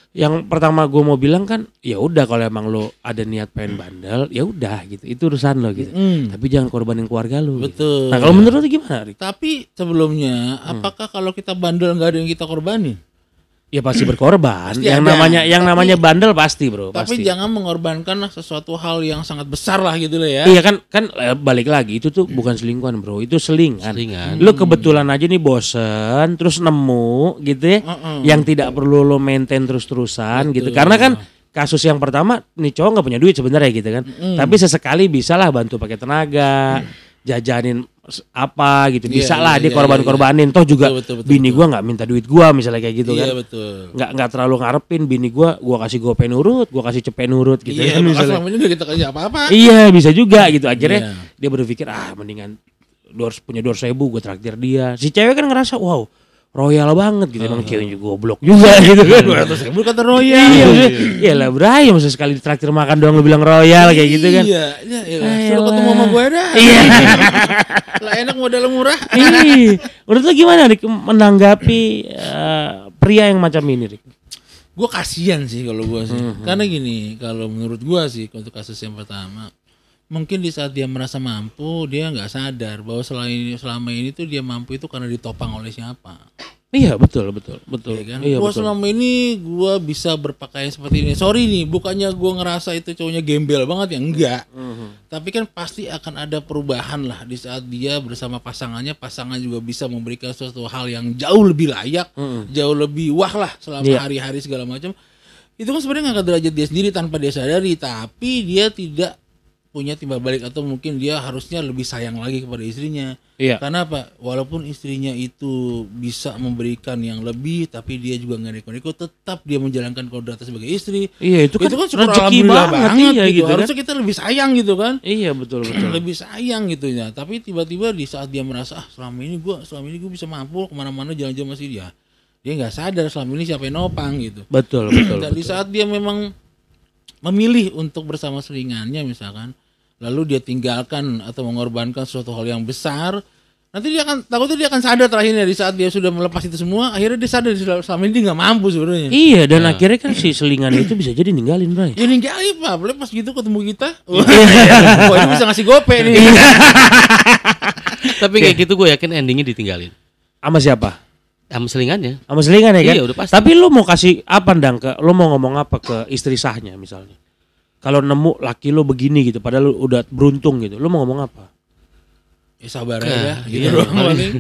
[SPEAKER 1] Yang pertama gue mau bilang kan, ya udah kalau emang lo ada niat pengen bandel, ya udah gitu. Itu urusan lo gitu.
[SPEAKER 6] Hmm.
[SPEAKER 1] Tapi jangan korbanin keluarga lo. gitu.
[SPEAKER 2] Betul.
[SPEAKER 1] Nah kalau menurut lo gimana, Rik?
[SPEAKER 2] Tapi sebelumnya,
[SPEAKER 1] Hmm.
[SPEAKER 2] apakah kalau kita bandel nggak ada yang kita korbanin?
[SPEAKER 1] Ya pasti berkorban.
[SPEAKER 2] Pasti
[SPEAKER 1] yang
[SPEAKER 2] ada.
[SPEAKER 1] namanya yang
[SPEAKER 2] Tapi-
[SPEAKER 1] namanya bandel pasti bro. pasti.
[SPEAKER 2] Tapi jangan mengorbankan sesuatu hal yang sangat besar lah gitu loh ya. Iya.
[SPEAKER 1] Iya kan kan eh, balik lagi itu tuh bukan selingkuhan bro itu selingan.
[SPEAKER 3] Selingan.
[SPEAKER 1] Lu kebetulan aja nih bosen terus nemu gitu ya
[SPEAKER 2] Mm-mm.
[SPEAKER 1] yang tidak perlu lo maintain terus terusan gitu karena kan kasus yang pertama nih cowok nggak punya duit sebenarnya gitu kan tapi sesekali bisa lah bantu pakai tenaga jajanin s- apa gitu
[SPEAKER 2] Mm. Iya,
[SPEAKER 1] bisa lah dia
[SPEAKER 2] iya, iya,
[SPEAKER 1] korban korbanin toh juga
[SPEAKER 2] Betul, betul, betul,
[SPEAKER 1] bini gua nggak minta duit gua misalnya kayak gitu
[SPEAKER 2] Iya
[SPEAKER 1] kan
[SPEAKER 2] betul.
[SPEAKER 1] nggak nggak terlalu ngarepin bini gua gua kasih gue nurut gua kasih cepet nurut gitu
[SPEAKER 2] iya,
[SPEAKER 1] kan
[SPEAKER 2] makanya
[SPEAKER 1] misalnya.
[SPEAKER 2] selama ini nggak kita kerja apa-apa.
[SPEAKER 1] Iya bisa juga gitu akhirnya
[SPEAKER 2] Iya.
[SPEAKER 1] dia berpikir ah mendingan dua ratus- punya dua ribu gue traktir dia si cewek kan ngerasa wow royal banget gitu emang ceweknya goblok juga <laughs> gitu kan dua ratus ribu kata royal iya maksudnya, iyalah berani maksudnya sekali traktir makan doang lu bilang royal kayak gitu kan
[SPEAKER 2] Iya, iya, iya.
[SPEAKER 1] Ayolah.
[SPEAKER 2] Suruh ketemu sama gue dah.
[SPEAKER 1] Iya.
[SPEAKER 2] <laughs> lah enak modal murah.
[SPEAKER 1] Ih, menurut lu gimana Rik menanggapi eh, pria yang macam ini Rik?
[SPEAKER 2] gue kasihan sih kalau gue sih
[SPEAKER 1] Mm-hmm.
[SPEAKER 2] karena gini kalau menurut gue sih untuk kasus yang pertama mungkin di saat dia merasa mampu dia nggak sadar bahwa selain selama ini tuh dia mampu itu karena ditopang oleh siapa
[SPEAKER 1] Iya betul betul betul.
[SPEAKER 2] ya kan
[SPEAKER 1] Iya
[SPEAKER 2] Gua
[SPEAKER 1] betul.
[SPEAKER 2] selama ini gue bisa berpakaian seperti ini sorry nih bukannya gue ngerasa itu cowoknya gembel banget ya enggak tapi kan pasti akan ada perubahan lah di saat dia bersama pasangannya pasangan juga bisa memberikan suatu hal yang jauh lebih layak jauh lebih wah lah selama
[SPEAKER 1] Iya.
[SPEAKER 2] hari-hari segala macam itu kan sebenarnya ngangkat derajat dia sendiri tanpa dia sadari tapi dia tidak punya timbal balik atau mungkin dia harusnya lebih sayang lagi kepada istrinya
[SPEAKER 1] Iya.
[SPEAKER 2] karena apa walaupun istrinya itu bisa memberikan yang lebih tapi dia juga nggak neko-neko tetap dia menjalankan kodratnya sebagai istri
[SPEAKER 1] Iya, itu kan
[SPEAKER 2] syukur
[SPEAKER 1] rezeki
[SPEAKER 2] alhamdulillah
[SPEAKER 1] banget, iya,
[SPEAKER 2] gitu.
[SPEAKER 1] gitu kan.
[SPEAKER 2] harusnya kita lebih sayang gitu kan <clears throat>
[SPEAKER 1] Iya betul betul.
[SPEAKER 2] lebih sayang gitu ya tapi tiba-tiba di saat dia merasa ah selama ini gua selama ini gue bisa mampu kemana-mana jalan-jalan masih dia dia nggak sadar selama ini siapa yang nopang gitu
[SPEAKER 1] betul betul.
[SPEAKER 2] dan di saat dia memang memilih untuk bersama selingannya misalkan lalu dia tinggalkan atau mengorbankan suatu hal yang besar nanti dia akan takutnya dia akan sadar terakhirnya di saat dia sudah melepas itu semua akhirnya dia sadar sel- selama ini dia nggak mampu sebenarnya
[SPEAKER 1] Iya dan akhirnya kan si selingan itu bisa jadi ninggalin Bray.
[SPEAKER 2] ya ninggalin pak boleh pas gitu ketemu
[SPEAKER 1] <laughs>
[SPEAKER 2] kita
[SPEAKER 1] Iya,
[SPEAKER 2] wah wah, ini bisa ngasih gope nih
[SPEAKER 3] Tapi kayak gitu gue yakin endingnya ditinggalin.
[SPEAKER 1] Sama siapa?
[SPEAKER 3] Sama selingannya.
[SPEAKER 1] Sama selingan ya kan?
[SPEAKER 3] Iya, udah pasti.
[SPEAKER 1] Tapi lu mau kasih apa ndang ke lu mau ngomong apa ke istri sahnya misalnya? Kalau nemu laki lu begini gitu padahal lu udah beruntung gitu. Lu mau ngomong apa?
[SPEAKER 2] ya sabar
[SPEAKER 3] Iya,
[SPEAKER 2] aja gitu doang paling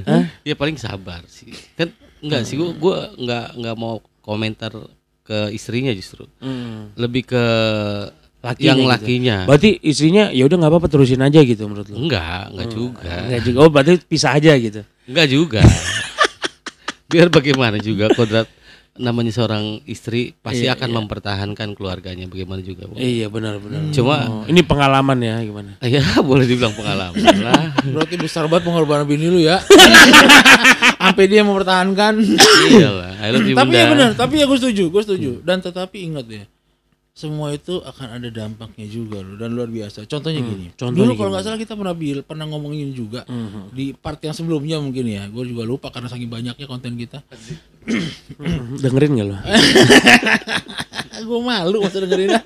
[SPEAKER 3] Dia paling sabar sih. Kan enggak sih gue gua enggak enggak mau komentar ke istrinya justru. Lebih ke
[SPEAKER 1] Lakinya
[SPEAKER 3] yang
[SPEAKER 1] gitu.
[SPEAKER 3] lakinya.
[SPEAKER 1] Berarti istrinya ya udah nggak apa-apa terusin aja gitu menurut lu.
[SPEAKER 3] Enggak,
[SPEAKER 1] Hmm.
[SPEAKER 3] enggak juga.
[SPEAKER 1] Enggak juga. Oh, berarti pisah aja gitu.
[SPEAKER 3] Enggak juga. <laughs> Biar bagaimana juga kodrat namanya seorang istri pasti akan mempertahankan keluarganya bagaimana juga. Bu.
[SPEAKER 1] Iya, benar benar.
[SPEAKER 3] Cuma
[SPEAKER 1] ini pengalaman ya gimana?
[SPEAKER 3] ya <laughs> boleh dibilang pengalaman lah.
[SPEAKER 2] berarti besar banget pengorbanan bini lu
[SPEAKER 3] <laughs>
[SPEAKER 2] ya sampai dia mempertahankan
[SPEAKER 3] Iyalah, I love you,
[SPEAKER 2] tapi ya
[SPEAKER 3] Bunda. Nah,
[SPEAKER 2] benar tapi ya gue setuju gue setuju dan tetapi ingat ya semua itu akan ada dampaknya juga loh dan luar biasa contohnya gini dulu kalau nggak salah kita pernah bil- pernah ngomongin juga di part yang sebelumnya mungkin ya gue juga lupa karena saking banyaknya konten kita
[SPEAKER 1] Dengerin gak lu?
[SPEAKER 2] <laughs> gue malu waktu dengerinnya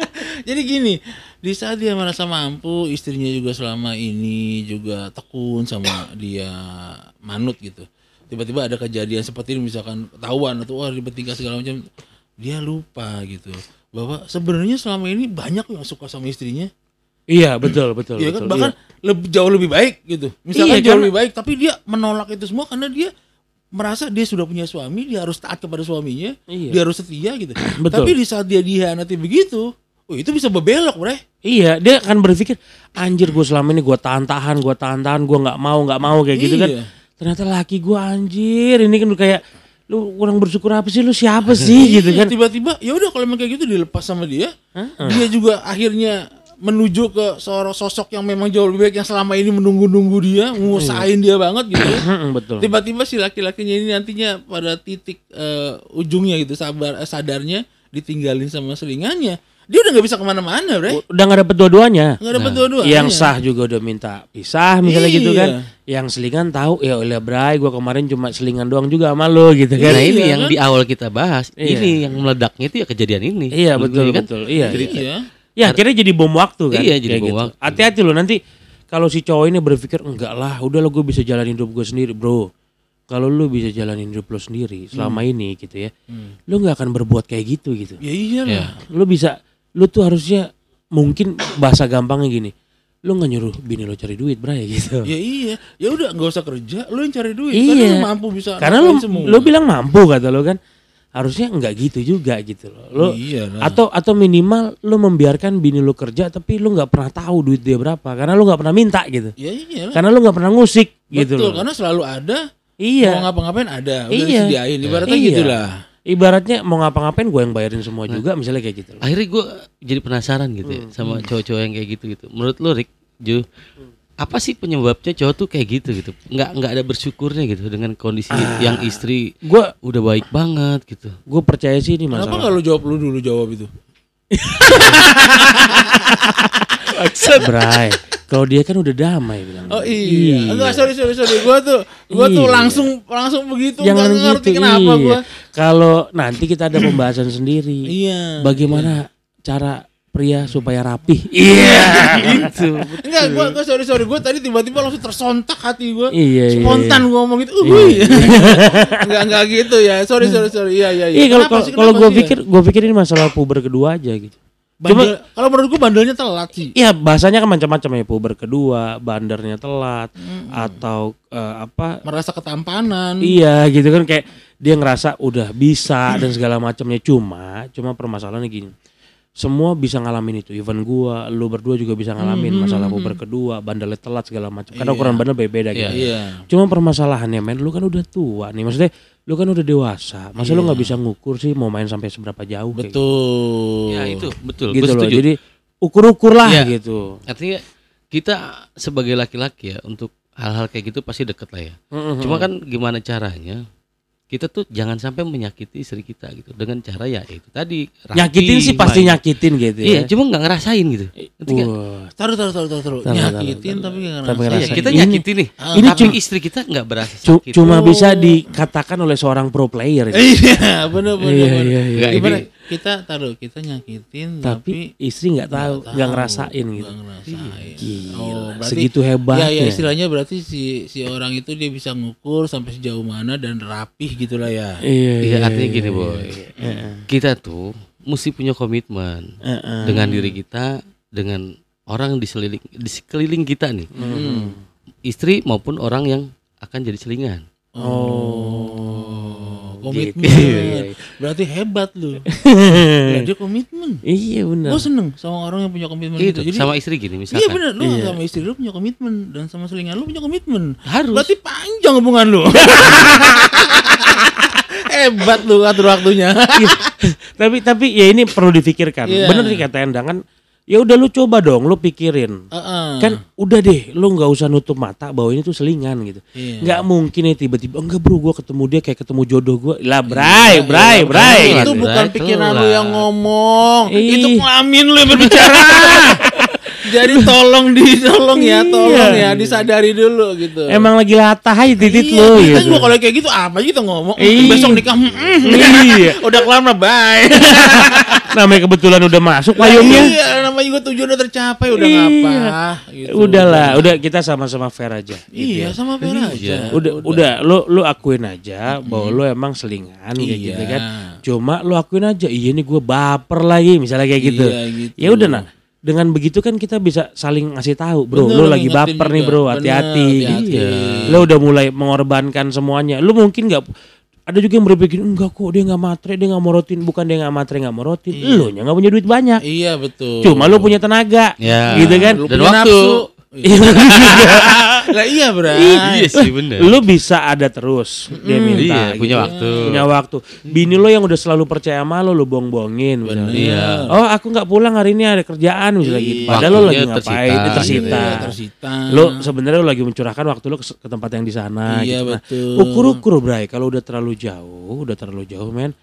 [SPEAKER 2] jadi gini di saat dia merasa mampu istrinya juga selama ini juga tekun sama dia manut gitu tiba-tiba ada kejadian seperti ini misalkan ketahuan atau wah ribet tingkah segala macam dia lupa gitu bahwa sebenarnya selama ini banyak yang suka sama istrinya
[SPEAKER 1] Iya, betul betul
[SPEAKER 2] Iya kan
[SPEAKER 1] betul.
[SPEAKER 2] bahkan lebih jauh lebih baik gitu.
[SPEAKER 1] Iya,
[SPEAKER 2] Misalkan jauh
[SPEAKER 1] karena-
[SPEAKER 2] lebih baik tapi dia menolak itu semua karena dia merasa dia sudah punya suami, dia harus taat kepada suaminya,
[SPEAKER 1] Iya.
[SPEAKER 2] dia harus setia gitu.
[SPEAKER 1] <clears throat> Betul.
[SPEAKER 2] Tapi di saat dia dihianati begitu, oh itu bisa berbelok, Bre.
[SPEAKER 1] Iya, dia akan berpikir, anjir gue selama ini gue tahan-tahan, gue tahan-tahan, gue nggak mau, nggak mau kayak gitu kan.
[SPEAKER 2] Iya.
[SPEAKER 1] Ternyata laki gue anjir, ini kan kayak lu kurang bersyukur apa sih, lu siapa
[SPEAKER 2] <laughs>
[SPEAKER 1] sih gitu kan.
[SPEAKER 2] Tiba-tiba ya udah kalau emang kayak gitu dilepas sama dia, dia juga akhirnya menuju ke seorang sosok yang memang jauh lebih baik yang selama ini menunggu-nunggu
[SPEAKER 1] Iya.
[SPEAKER 2] dia, ngusahain dia banget gitu.
[SPEAKER 1] <clears throat>
[SPEAKER 2] ya.
[SPEAKER 1] Mm-mm, Betul.
[SPEAKER 2] tiba-tiba si laki-lakinya ini nantinya pada titik eh, ujungnya gitu sabar eh, sadarnya ditinggalin sama selingannya Dia udah nggak bisa kemana-mana, bre.
[SPEAKER 1] udah nggak dapet dua-duanya.
[SPEAKER 2] Nggak dapat dua-duanya.
[SPEAKER 1] Nah, Yang sah juga udah minta pisah misalnya gitu
[SPEAKER 2] Iya.
[SPEAKER 1] kan. Yang selingan tahu ya oleh Bray gua kemarin cuma selingan doang juga sama lo gitu kan.
[SPEAKER 3] Nah ini
[SPEAKER 2] Iya,
[SPEAKER 3] yang
[SPEAKER 2] kan?
[SPEAKER 3] di awal kita bahas,
[SPEAKER 1] Iya.
[SPEAKER 3] ini yang meledaknya itu ya kejadian ini.
[SPEAKER 1] Iya betul
[SPEAKER 3] Ini kan
[SPEAKER 1] betul. Iya.
[SPEAKER 3] cerita.
[SPEAKER 2] Iya.
[SPEAKER 1] Ya akhirnya jadi bom waktu kan.
[SPEAKER 3] Iya, jadi
[SPEAKER 1] kayak
[SPEAKER 3] bom
[SPEAKER 1] gitu.
[SPEAKER 3] waktu.
[SPEAKER 1] Hati-hati lo nanti kalau si cowok ini berpikir enggak lah, udah lo gue bisa jalanin hidup gue sendiri, bro. Kalau lu bisa jalanin hidup lo sendiri selama
[SPEAKER 2] Hmm.
[SPEAKER 1] ini gitu ya, lo nggak akan berbuat kayak gitu gitu.
[SPEAKER 2] Ya iyalah.
[SPEAKER 1] Lu bisa, lu tuh harusnya mungkin bahasa gampangnya gini, lu nggak nyuruh bini lo cari duit, bray gitu.
[SPEAKER 2] Ya iya. Ya udah nggak usah kerja, lu yang cari duit. Karena
[SPEAKER 1] Iya.
[SPEAKER 2] lu mampu bisa
[SPEAKER 1] Karena
[SPEAKER 2] nafkahin
[SPEAKER 1] lu,
[SPEAKER 2] semua.
[SPEAKER 1] lu bilang mampu kata lo kan. Harusnya nggak gitu juga gitu loh. Lu
[SPEAKER 2] Iya lah.
[SPEAKER 1] atau atau minimal lu membiarkan bini lu kerja tapi lu nggak pernah tahu duit dia berapa karena lu nggak pernah minta gitu.
[SPEAKER 2] Ya iya.
[SPEAKER 1] Karena lu nggak pernah ngusik gitu loh.
[SPEAKER 2] Betul, karena selalu ada
[SPEAKER 1] Iya.
[SPEAKER 2] mau ngapa-ngapain ada, udah
[SPEAKER 1] Iya.
[SPEAKER 2] disediain. Ibaratnya
[SPEAKER 1] Iya.
[SPEAKER 2] gitulah.
[SPEAKER 1] Ibaratnya mau ngapa-ngapain gue yang bayarin semua
[SPEAKER 2] Hmm.
[SPEAKER 1] juga misalnya kayak gitu. Loh.
[SPEAKER 3] Akhirnya gue jadi penasaran gitu ya sama cowok-cowok yang kayak gitu gitu. Menurut lo Rick, Ju, apa sih penyebabnya cowok tuh kayak gitu gitu? Nggak nggak ada bersyukurnya gitu dengan kondisi yang istri
[SPEAKER 1] Gue
[SPEAKER 3] udah baik banget gitu.
[SPEAKER 1] gue percaya sih ini
[SPEAKER 2] Kenapa
[SPEAKER 1] masalah.
[SPEAKER 2] nggak lu jawab lu dulu jawab
[SPEAKER 1] <laughs>
[SPEAKER 2] itu? <laughs>
[SPEAKER 1] Bray, kalau dia kan udah damai bilang.
[SPEAKER 2] Oh iya. Enggak, sorry sorry sorry. Gua tuh gua tuh
[SPEAKER 1] Iya.
[SPEAKER 2] langsung langsung begitu
[SPEAKER 1] Jangan
[SPEAKER 2] nggak ngerti
[SPEAKER 1] gitu.
[SPEAKER 2] kenapa
[SPEAKER 1] iya.
[SPEAKER 2] gua.
[SPEAKER 1] Kalau nanti kita ada pembahasan sendiri.
[SPEAKER 2] Iya.
[SPEAKER 1] bagaimana cara pria supaya rapih. <laughs> Iya, gitu.
[SPEAKER 2] Enggak, gua gua sorry sorry. Gua tadi tiba-tiba langsung tersontak hati gua.
[SPEAKER 1] Iya, iya,
[SPEAKER 2] Spontan
[SPEAKER 1] iya.
[SPEAKER 2] gua ngomong gitu. Uhuy. <laughs> Enggak enggak gitu ya. Sorry sorry sorry. Iya iya iya.
[SPEAKER 1] Iya kalau
[SPEAKER 2] Kenapa sih,
[SPEAKER 1] kalau
[SPEAKER 2] kenapa
[SPEAKER 1] gue
[SPEAKER 2] sih ya?
[SPEAKER 1] pikir gue pikir ini masalah puber kedua aja gitu.
[SPEAKER 2] Bandel- kalau menurut gua bandelnya telat sih.
[SPEAKER 1] Iya bahasanya kan macam-macam ya puber kedua, bandarnya telat atau eh, apa?
[SPEAKER 2] Merasa ketampanan.
[SPEAKER 1] Iya gitu kan kayak dia ngerasa udah bisa dan segala macamnya cuma cuma permasalahannya gini. Semua bisa ngalamin itu. Even gua, lu berdua juga bisa ngalamin masalah puber kedua, bandelnya telat segala macam. Karena ukuran bandel beda-beda gitu.
[SPEAKER 2] Iya.
[SPEAKER 1] Cuma permasalahannya men, lu kan udah tua nih. Maksudnya lu kan udah dewasa. Masa
[SPEAKER 2] Iya.
[SPEAKER 1] lu nggak bisa ngukur sih mau main sampai seberapa jauh kayak
[SPEAKER 2] Betul.
[SPEAKER 3] Ya itu betul.
[SPEAKER 1] gitu, gitu
[SPEAKER 3] Gua
[SPEAKER 1] loh.
[SPEAKER 3] setuju.
[SPEAKER 1] Jadi ukur-ukur lah
[SPEAKER 3] Iya.
[SPEAKER 1] gitu.
[SPEAKER 3] Artinya kita sebagai laki-laki ya untuk hal-hal kayak gitu pasti deket lah ya. Cuma kan gimana caranya? Kita tuh jangan sampai menyakiti istri kita gitu dengan cara ya itu tadi. rapi,
[SPEAKER 1] nyakitin sih pasti
[SPEAKER 3] main.
[SPEAKER 1] nyakitin gitu ya.
[SPEAKER 3] Iya, cuma nggak ngerasain gitu. Ngerti nggak?
[SPEAKER 1] Wah,
[SPEAKER 2] Taruh taruh taruh taruh taruh.
[SPEAKER 1] Taruh, taruh,
[SPEAKER 2] Nyakitin
[SPEAKER 1] taruh.
[SPEAKER 2] tapi nggak
[SPEAKER 1] Tapi
[SPEAKER 2] ngerasa.
[SPEAKER 3] Iya,
[SPEAKER 1] ngerasain.
[SPEAKER 3] kita
[SPEAKER 1] Ini- Ah.
[SPEAKER 3] nyakitin nih.
[SPEAKER 1] ini
[SPEAKER 3] tapi
[SPEAKER 1] cuma-
[SPEAKER 3] istri kita nggak berasa
[SPEAKER 1] cu-
[SPEAKER 3] sakit.
[SPEAKER 1] cuma bisa dikatakan oleh seorang pro player. ya.
[SPEAKER 2] Iya, bener bener.
[SPEAKER 1] Iya,
[SPEAKER 2] bener.
[SPEAKER 1] iya, iya.
[SPEAKER 3] Nggak,
[SPEAKER 2] Gimana?
[SPEAKER 3] ini-
[SPEAKER 2] Kita taruh, kita nyakitin
[SPEAKER 1] Tapi
[SPEAKER 2] tapi,
[SPEAKER 1] istri nggak tahu, nggak ngerasain
[SPEAKER 2] nggak
[SPEAKER 1] gitu.
[SPEAKER 2] ngerasain.
[SPEAKER 1] Gila,
[SPEAKER 2] Oh, berarti-
[SPEAKER 1] segitu hebatnya.
[SPEAKER 2] Ya, ya istilahnya berarti si si orang itu dia bisa ngukur sampai sejauh mana dan rapih gitulah ya.
[SPEAKER 1] Iya,
[SPEAKER 3] Iya, artinya gini, Boy.
[SPEAKER 1] iya.
[SPEAKER 3] Kita tuh mesti punya komitmen
[SPEAKER 1] Heeh.
[SPEAKER 3] dengan diri kita, dengan orang di seliling di sekeliling kita nih.
[SPEAKER 1] Hmm.
[SPEAKER 3] Istri maupun orang yang akan jadi selingan.
[SPEAKER 2] Oh, komitmen.
[SPEAKER 3] Gitu. Iya,
[SPEAKER 2] Berarti hebat
[SPEAKER 1] <laughs>
[SPEAKER 2] lu. ya, dia komitmen.
[SPEAKER 1] Iya benar.
[SPEAKER 2] Gue seneng sama orang yang punya komitmen
[SPEAKER 1] Iya,
[SPEAKER 3] Itu
[SPEAKER 2] gitu. Jadi
[SPEAKER 3] sama istri gini misalkan.
[SPEAKER 2] Iya bener, lu sama istri lu punya komitmen dan sama selingan lu punya komitmen.
[SPEAKER 3] Harus.
[SPEAKER 2] Berarti panjang hubungan
[SPEAKER 1] <laughs>
[SPEAKER 2] lu. Hebat lu atur waktunya.
[SPEAKER 1] Iya. <laughs> tapi tapi ya ini perlu difikirkan.
[SPEAKER 2] Iya.
[SPEAKER 1] Bener nih kata Endang kan. Ya udah lu coba dong, lu pikirin.
[SPEAKER 2] Heeh.
[SPEAKER 1] Kan udah deh, lu nggak usah nutup mata bahwa ini tuh selingan gitu.
[SPEAKER 2] Iya.
[SPEAKER 1] Nggak mungkin ya tiba-tiba enggak bro, gua ketemu dia kayak ketemu jodoh gua. Lah
[SPEAKER 2] Iya,
[SPEAKER 1] bray, bray, bray.
[SPEAKER 2] itu
[SPEAKER 1] gitu.
[SPEAKER 2] bukan
[SPEAKER 3] Betul
[SPEAKER 2] pikiran
[SPEAKER 3] lah.
[SPEAKER 2] lu yang ngomong,
[SPEAKER 1] Ih.
[SPEAKER 2] itu kelamin lu yang
[SPEAKER 1] <laughs>
[SPEAKER 2] berbicara. Jadi tolong di tolong ya, tolong ya, disadari dulu gitu.
[SPEAKER 1] Iya. Emang lagi latah aja titit
[SPEAKER 2] Iya,
[SPEAKER 1] lu
[SPEAKER 2] kita
[SPEAKER 1] gitu.
[SPEAKER 2] juga kalau kayak gitu apa aja kita ngomong
[SPEAKER 1] Iya.
[SPEAKER 2] besok nikah mm, mm.
[SPEAKER 1] Iya.
[SPEAKER 2] <laughs> udah kelar mah bye
[SPEAKER 1] Namanya kebetulan udah masuk payungnya.
[SPEAKER 2] iya namanya juga tujuan udah tercapai udah ngapa gitu.
[SPEAKER 1] Iya. Udahlah, udah kita sama-sama fair aja.
[SPEAKER 2] Iya, sama Vera aja.
[SPEAKER 1] udah udah lu lu akuin aja bahwa lu emang selingan kayak
[SPEAKER 2] Iya.
[SPEAKER 1] gitu kan cuma lu akuin aja iya nih gue baper lagi misalnya kayak gitu,
[SPEAKER 2] Iya, gitu.
[SPEAKER 1] ya udah nah dengan begitu kan kita bisa saling ngasih tahu bro
[SPEAKER 2] Bener,
[SPEAKER 1] lu lagi
[SPEAKER 2] ngingetin
[SPEAKER 1] baper nih
[SPEAKER 2] juga.
[SPEAKER 1] bro
[SPEAKER 2] Bener,
[SPEAKER 1] hati-hati
[SPEAKER 2] hati-hati.
[SPEAKER 1] Iya. lu udah mulai mengorbankan semuanya lu mungkin nggak ada juga yang berpikir enggak kok dia nggak matre dia nggak morotin bukan dia nggak matre nggak morotin lu nya nggak punya duit banyak
[SPEAKER 2] Iya, betul.
[SPEAKER 1] cuma lu punya tenaga
[SPEAKER 3] Ya.
[SPEAKER 1] gitu kan
[SPEAKER 2] Lu
[SPEAKER 3] Dan
[SPEAKER 2] punya
[SPEAKER 3] waktu.
[SPEAKER 2] nafsu. Iya.
[SPEAKER 1] <laughs>
[SPEAKER 2] lah iya, Bray.
[SPEAKER 3] Iya sih bener.
[SPEAKER 1] Eh, lu bisa ada terus dia minta
[SPEAKER 3] iya,
[SPEAKER 1] gitu.
[SPEAKER 3] punya waktu.
[SPEAKER 1] punya waktu. Bini lo yang udah selalu percaya sama lo, lo bohong-bohongin. misalnya.
[SPEAKER 3] Iya.
[SPEAKER 1] Oh aku nggak pulang hari ini ada kerjaan misalnya gitu. Padahal lo lagi
[SPEAKER 3] Waktunya
[SPEAKER 1] ngapain?
[SPEAKER 3] tersita,
[SPEAKER 1] Dia
[SPEAKER 3] gitu
[SPEAKER 1] tersita.
[SPEAKER 3] ya.
[SPEAKER 2] Iya, Tersita.
[SPEAKER 1] Lo sebenarnya lo lagi mencurahkan waktu lo ke, ke tempat yang di sana.
[SPEAKER 2] Iya,
[SPEAKER 1] gitu. Nah,
[SPEAKER 2] betul.
[SPEAKER 1] ukur-ukur bray. Kalau udah terlalu jauh, udah terlalu jauh men.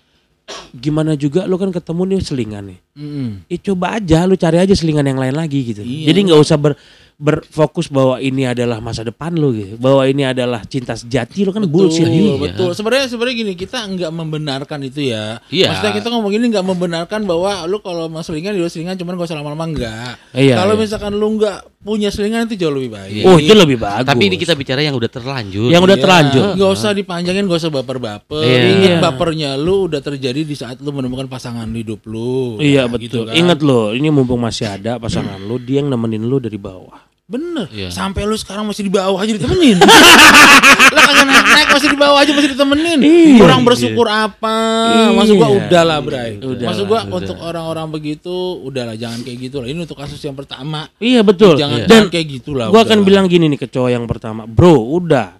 [SPEAKER 1] gimana juga lu kan ketemu nih selingan nih.
[SPEAKER 2] Mm-mm.
[SPEAKER 1] Ya coba aja lu cari aja selingan yang lain lagi gitu.
[SPEAKER 2] Iya.
[SPEAKER 1] Jadi nggak usah ber- berfokus bahwa ini adalah masa depan lu gitu. Bahwa ini adalah cinta sejati lu kan bullshit
[SPEAKER 2] Betul, Iya,
[SPEAKER 1] gitu.
[SPEAKER 2] betul. Sebenarnya sebenarnya gini, kita nggak membenarkan itu ya.
[SPEAKER 3] Iya.
[SPEAKER 2] Maksudnya kita ngomong gini nggak membenarkan bahwa lu kalau mau selingan di selingan cuman gak usah lama-lama enggak.
[SPEAKER 1] Iya,
[SPEAKER 2] kalau
[SPEAKER 1] iya.
[SPEAKER 2] misalkan lu nggak punya selingan itu jauh lebih baik.
[SPEAKER 1] Oh, itu lebih bagus.
[SPEAKER 3] Tapi ini kita bicara yang udah terlanjur.
[SPEAKER 1] yang udah
[SPEAKER 2] Iya.
[SPEAKER 1] terlanjur.
[SPEAKER 2] Nggak usah dipanjangin, nggak usah baper-baper.
[SPEAKER 3] Iya.
[SPEAKER 2] Ingat
[SPEAKER 1] Iya.
[SPEAKER 2] bapernya lu udah terjadi di saat lu menemukan pasangan hidup lu.
[SPEAKER 1] Iya
[SPEAKER 2] Nah, gitu
[SPEAKER 1] betul.
[SPEAKER 2] kan.
[SPEAKER 1] Ingat lo, ini mumpung masih ada pasangan lo, dia yang nemenin lo dari bawah.
[SPEAKER 2] Bener.
[SPEAKER 3] Iya.
[SPEAKER 2] Sampai lu sekarang masih di bawah aja
[SPEAKER 1] <laughs>
[SPEAKER 2] ditemenin. lah kagak naik, naik masih di bawah aja masih ditemenin.
[SPEAKER 1] Iya.
[SPEAKER 2] Kurang bersyukur apa? Maksud gua
[SPEAKER 1] Iya.
[SPEAKER 2] udahlah, Bray.
[SPEAKER 1] Udahlah,
[SPEAKER 2] Maksud gua
[SPEAKER 3] udah.
[SPEAKER 2] untuk orang-orang begitu udahlah jangan kayak gitu lah. Ini untuk kasus yang pertama.
[SPEAKER 1] Iya betul.
[SPEAKER 2] Jangan,
[SPEAKER 1] Dan
[SPEAKER 2] jangan kayak gitu lah.
[SPEAKER 1] gua akan
[SPEAKER 2] udahlah.
[SPEAKER 1] bilang gini nih ke cowok yang pertama, bro, udah,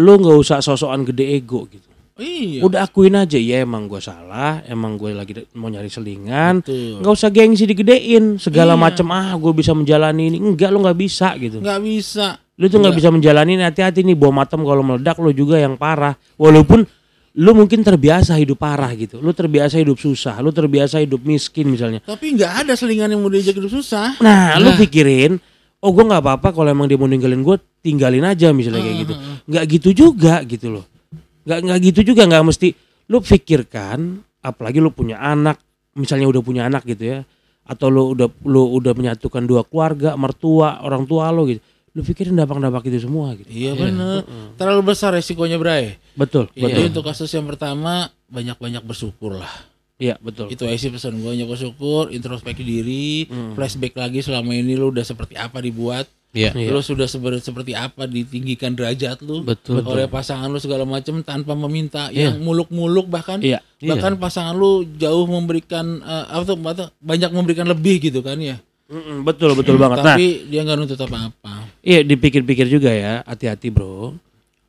[SPEAKER 1] lo nggak usah sosokan gede ego gitu.
[SPEAKER 2] iya.
[SPEAKER 1] Udah akuin aja ya emang gua salah, emang gue lagi de- mau nyari selingan.
[SPEAKER 2] Betul.
[SPEAKER 1] Nggak usah gengsi digedein segala
[SPEAKER 2] Iya.
[SPEAKER 1] macem ah gue bisa menjalani ini enggak lo nggak bisa gitu.
[SPEAKER 2] nggak bisa.
[SPEAKER 1] Lo tuh
[SPEAKER 2] Iya.
[SPEAKER 1] nggak bisa menjalani ini, hati-hati nih bom atom kalau meledak lo juga yang parah. Walaupun lo mungkin terbiasa hidup parah gitu, lo terbiasa hidup susah, lo terbiasa hidup miskin misalnya.
[SPEAKER 2] Tapi nggak ada selingan yang mau diajak hidup susah.
[SPEAKER 1] Nah, lu pikirin, oh gue nggak apa-apa kalau emang dia mau ninggalin gue, tinggalin aja misalnya kayak gitu. Nggak gitu juga gitu loh. Nggak nggak gitu juga nggak mesti. Lu pikirkan, apalagi lu punya anak, misalnya udah punya anak gitu ya, atau lu udah lu udah menyatukan dua keluarga, mertua, orang tua lo gitu. Lu pikirin dampak-dampak itu semua gitu.
[SPEAKER 2] Iya bener. Terlalu besar resikonya, Bray.
[SPEAKER 1] Betul,
[SPEAKER 2] Jadi
[SPEAKER 1] betul.
[SPEAKER 2] untuk kasus yang pertama banyak-banyak bersyukur lah.
[SPEAKER 1] Iya, betul.
[SPEAKER 2] Itu aja sih pesan gue nyokok syukur, introspeksi diri,
[SPEAKER 3] Hmm.
[SPEAKER 2] flashback lagi selama ini lu udah seperti apa dibuat,
[SPEAKER 3] Iya.
[SPEAKER 2] lu sudah seber- seperti apa ditinggikan derajat lu
[SPEAKER 3] Betul. Iya.
[SPEAKER 2] oleh pasangan lu segala macam tanpa meminta yang muluk-muluk bahkan
[SPEAKER 1] Iya.
[SPEAKER 2] bahkan pasangan lu jauh memberikan eh, apa tuh apa tuh, banyak memberikan lebih gitu kan ya.
[SPEAKER 1] Mm-mm, Betul, betul banget. Nah,
[SPEAKER 2] Tapi dia nggak nuntut apa-apa.
[SPEAKER 1] Iya dipikir-pikir juga ya, hati-hati bro.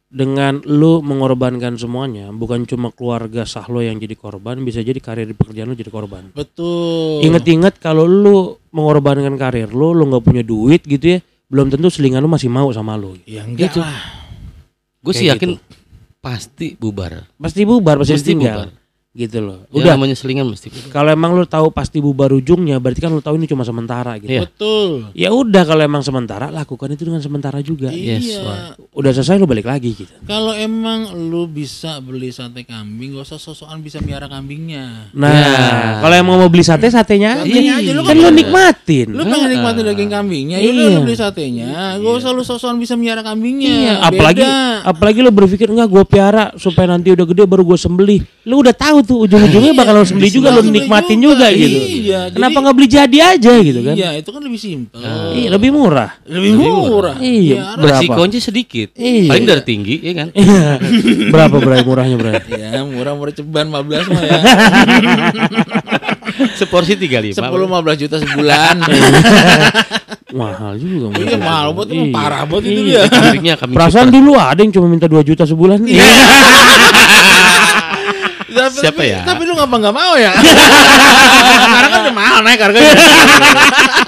[SPEAKER 1] Dengan lu mengorbankan semuanya, bukan cuma keluarga sah lo yang jadi korban, bisa jadi karir di pekerjaan lo jadi korban.
[SPEAKER 2] Betul.
[SPEAKER 1] Ingat-ingat kalau lu mengorbankan karir lo, lu nggak punya duit gitu ya, belum tentu selingan lu masih mau sama lo.
[SPEAKER 2] Ya enggak
[SPEAKER 3] Gitu.
[SPEAKER 2] lah.
[SPEAKER 3] Gue sih
[SPEAKER 1] Kayak gitu.
[SPEAKER 3] yakin pasti bubar.
[SPEAKER 1] Pasti bubar, pasti,
[SPEAKER 3] Pasti
[SPEAKER 1] tinggal.
[SPEAKER 3] bubar. Ya,
[SPEAKER 1] Gitu loh.
[SPEAKER 3] Udah
[SPEAKER 1] Udah,
[SPEAKER 3] namanya selingan mesti bubar.
[SPEAKER 1] kalau emang lu tahu pasti bubar ujungnya, berarti kan lu tahu ini cuma sementara gitu.
[SPEAKER 3] Iya.
[SPEAKER 2] Betul.
[SPEAKER 1] Ya udah kalau emang sementara, lakukan itu dengan sementara juga.
[SPEAKER 3] Yes,
[SPEAKER 2] iya.
[SPEAKER 3] wah.
[SPEAKER 1] Udah selesai lu balik lagi gitu.
[SPEAKER 2] Kalau emang lu bisa beli sate kambing, gak usah sosokan bisa miara kambingnya.
[SPEAKER 1] Nah, kalau yang mau beli sate, satenya aja.
[SPEAKER 2] Satenya aja, lu
[SPEAKER 1] kan
[SPEAKER 2] kan
[SPEAKER 1] lu
[SPEAKER 2] boleh.
[SPEAKER 1] nikmatin.
[SPEAKER 2] Lu pengen nikmatin daging kambingnya, ya udah
[SPEAKER 1] Iya.
[SPEAKER 2] lu beli satenya, gak usah lu sosokan bisa miara kambingnya.
[SPEAKER 1] apalagi
[SPEAKER 2] Beda.
[SPEAKER 1] apalagi lu berpikir enggak gua piara supaya nanti udah gede baru gua sembelih. Lu udah tahu tuh ujung-ujungnya bakal lu sembelih juga, lu
[SPEAKER 2] Iya, Sembelih
[SPEAKER 1] nikmatin
[SPEAKER 2] juga,
[SPEAKER 1] juga, gitu.
[SPEAKER 2] iya.
[SPEAKER 1] Kenapa
[SPEAKER 2] Jadi-
[SPEAKER 1] nggak beli jadi aja gitu kan?
[SPEAKER 2] Iya, itu kan lebih simpel.
[SPEAKER 1] Iya, lebih murah.
[SPEAKER 2] Lebih murah.
[SPEAKER 1] Iya,
[SPEAKER 2] Miara.
[SPEAKER 1] Berapa?
[SPEAKER 3] Resikonya sedikit.
[SPEAKER 1] Iya.
[SPEAKER 3] Paling dari tinggi ya kan.
[SPEAKER 1] Iya. <laughs> Berapa bray murahnya
[SPEAKER 2] <laughs>
[SPEAKER 1] bray?
[SPEAKER 2] Ya, murah-murah ceban
[SPEAKER 1] <laughs>
[SPEAKER 2] 15 mah
[SPEAKER 1] Iya,
[SPEAKER 2] ya.
[SPEAKER 3] Seporsi
[SPEAKER 2] 10
[SPEAKER 3] 35.
[SPEAKER 2] 15 juta
[SPEAKER 1] <laughs>
[SPEAKER 2] sebulan.
[SPEAKER 1] Iya. Mahal juga. Bray.
[SPEAKER 2] Iya, mahal buat emang
[SPEAKER 1] Iya.
[SPEAKER 2] parah buat itu
[SPEAKER 1] Iya.
[SPEAKER 2] dia.
[SPEAKER 3] Kambingnya kambing.
[SPEAKER 1] Perasaan dulu ada yang cuma minta 2 juta sebulan. Iya.
[SPEAKER 2] Tapi-
[SPEAKER 3] Siapa
[SPEAKER 2] tapi-
[SPEAKER 3] ya?
[SPEAKER 2] Tapi lu ngapa nggak mau
[SPEAKER 1] <laughs>
[SPEAKER 2] ya? Karena kan udah mahal naik harganya.
[SPEAKER 1] <laughs>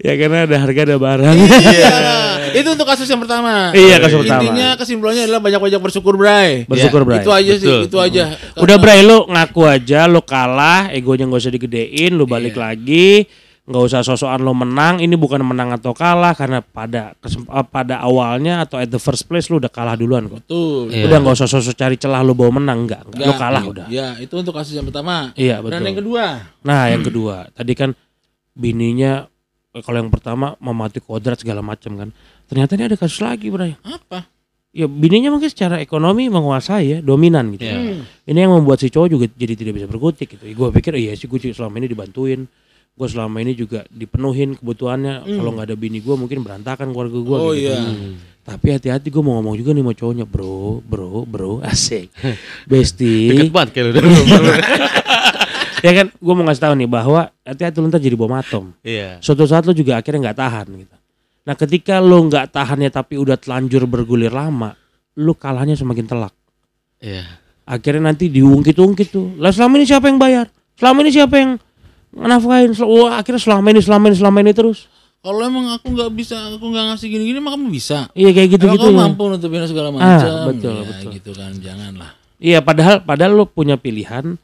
[SPEAKER 1] ya karena ada harga ada barang.
[SPEAKER 2] Iya. Itu untuk kasus yang pertama.
[SPEAKER 1] Iya, kasus pertama.
[SPEAKER 2] Intinya kesimpulannya adalah banyak-banyak bersyukur, Bray. Ya,
[SPEAKER 1] Bersyukur bray.
[SPEAKER 2] Itu aja sih,
[SPEAKER 3] Betul.
[SPEAKER 2] itu aja.
[SPEAKER 1] Udah Bray lu ngaku aja lu kalah, egonya nggak usah digedein, lu balik
[SPEAKER 2] Iya.
[SPEAKER 1] lagi, nggak usah sosokan lu menang, ini bukan menang atau kalah karena pada kesem- eh, pada awalnya atau at the first place lu udah kalah duluan kok.
[SPEAKER 2] Betul.
[SPEAKER 3] Iya.
[SPEAKER 1] Udah nggak usah sosok cari celah lu bawa menang enggak, enggak. lu
[SPEAKER 2] Nggak,
[SPEAKER 1] kalah
[SPEAKER 2] iya.
[SPEAKER 1] udah.
[SPEAKER 2] Ya, itu untuk kasus yang pertama.
[SPEAKER 1] Iya,
[SPEAKER 2] Dan
[SPEAKER 1] betul.
[SPEAKER 2] yang kedua,
[SPEAKER 1] Nah, yang
[SPEAKER 2] Hmm.
[SPEAKER 1] kedua, tadi kan bininya eh, kalau yang pertama memati kodrat segala macam kan. Ternyata ini ada kasus lagi, Bray.
[SPEAKER 2] apa?
[SPEAKER 1] Ya bininya mungkin secara ekonomi menguasai ya, dominan gitu.
[SPEAKER 3] Iya.
[SPEAKER 1] Ini yang membuat si cowok juga jadi tidak bisa berkutik gitu. Gue pikir iya sih gue selama ini dibantuin. Gue selama ini juga dipenuhin kebutuhannya. Kalau nggak ada bini gue mungkin berantakan keluarga gue.
[SPEAKER 2] Hmm. Oh,
[SPEAKER 1] gitu.
[SPEAKER 2] iya.
[SPEAKER 1] Tapi hati-hati gue mau ngomong juga nih sama cowoknya bro, bro, bro, asik, bestie.
[SPEAKER 3] Deket banget kayak
[SPEAKER 1] <laughs>
[SPEAKER 3] lu.
[SPEAKER 1] Iya. ya kan, gue mau ngasih tahu nih bahwa hati-hati lu ntar jadi bom atom.
[SPEAKER 3] Iya.
[SPEAKER 1] Suatu saat lu juga akhirnya nggak tahan gitu. Nah ketika lu nggak tahannya tapi udah telanjur bergulir lama, lu kalahnya semakin telak.
[SPEAKER 3] Iya.
[SPEAKER 1] akhirnya nanti diungkit-ungkit tuh lah selama ini siapa yang bayar selama ini siapa yang nafkahin Sel- wah, akhirnya selama ini selama ini selama ini terus
[SPEAKER 2] Kalau emang aku nggak bisa, aku nggak ngasih gini-gini, mah kamu bisa.
[SPEAKER 1] iya kayak gitu
[SPEAKER 2] Emang
[SPEAKER 1] gitu
[SPEAKER 2] kamu
[SPEAKER 1] ya.
[SPEAKER 2] mampu nutupin segala macam.
[SPEAKER 1] betul,
[SPEAKER 2] ya,
[SPEAKER 1] betul.
[SPEAKER 2] gitu kan, janganlah.
[SPEAKER 1] Iya padahal padahal lu punya pilihan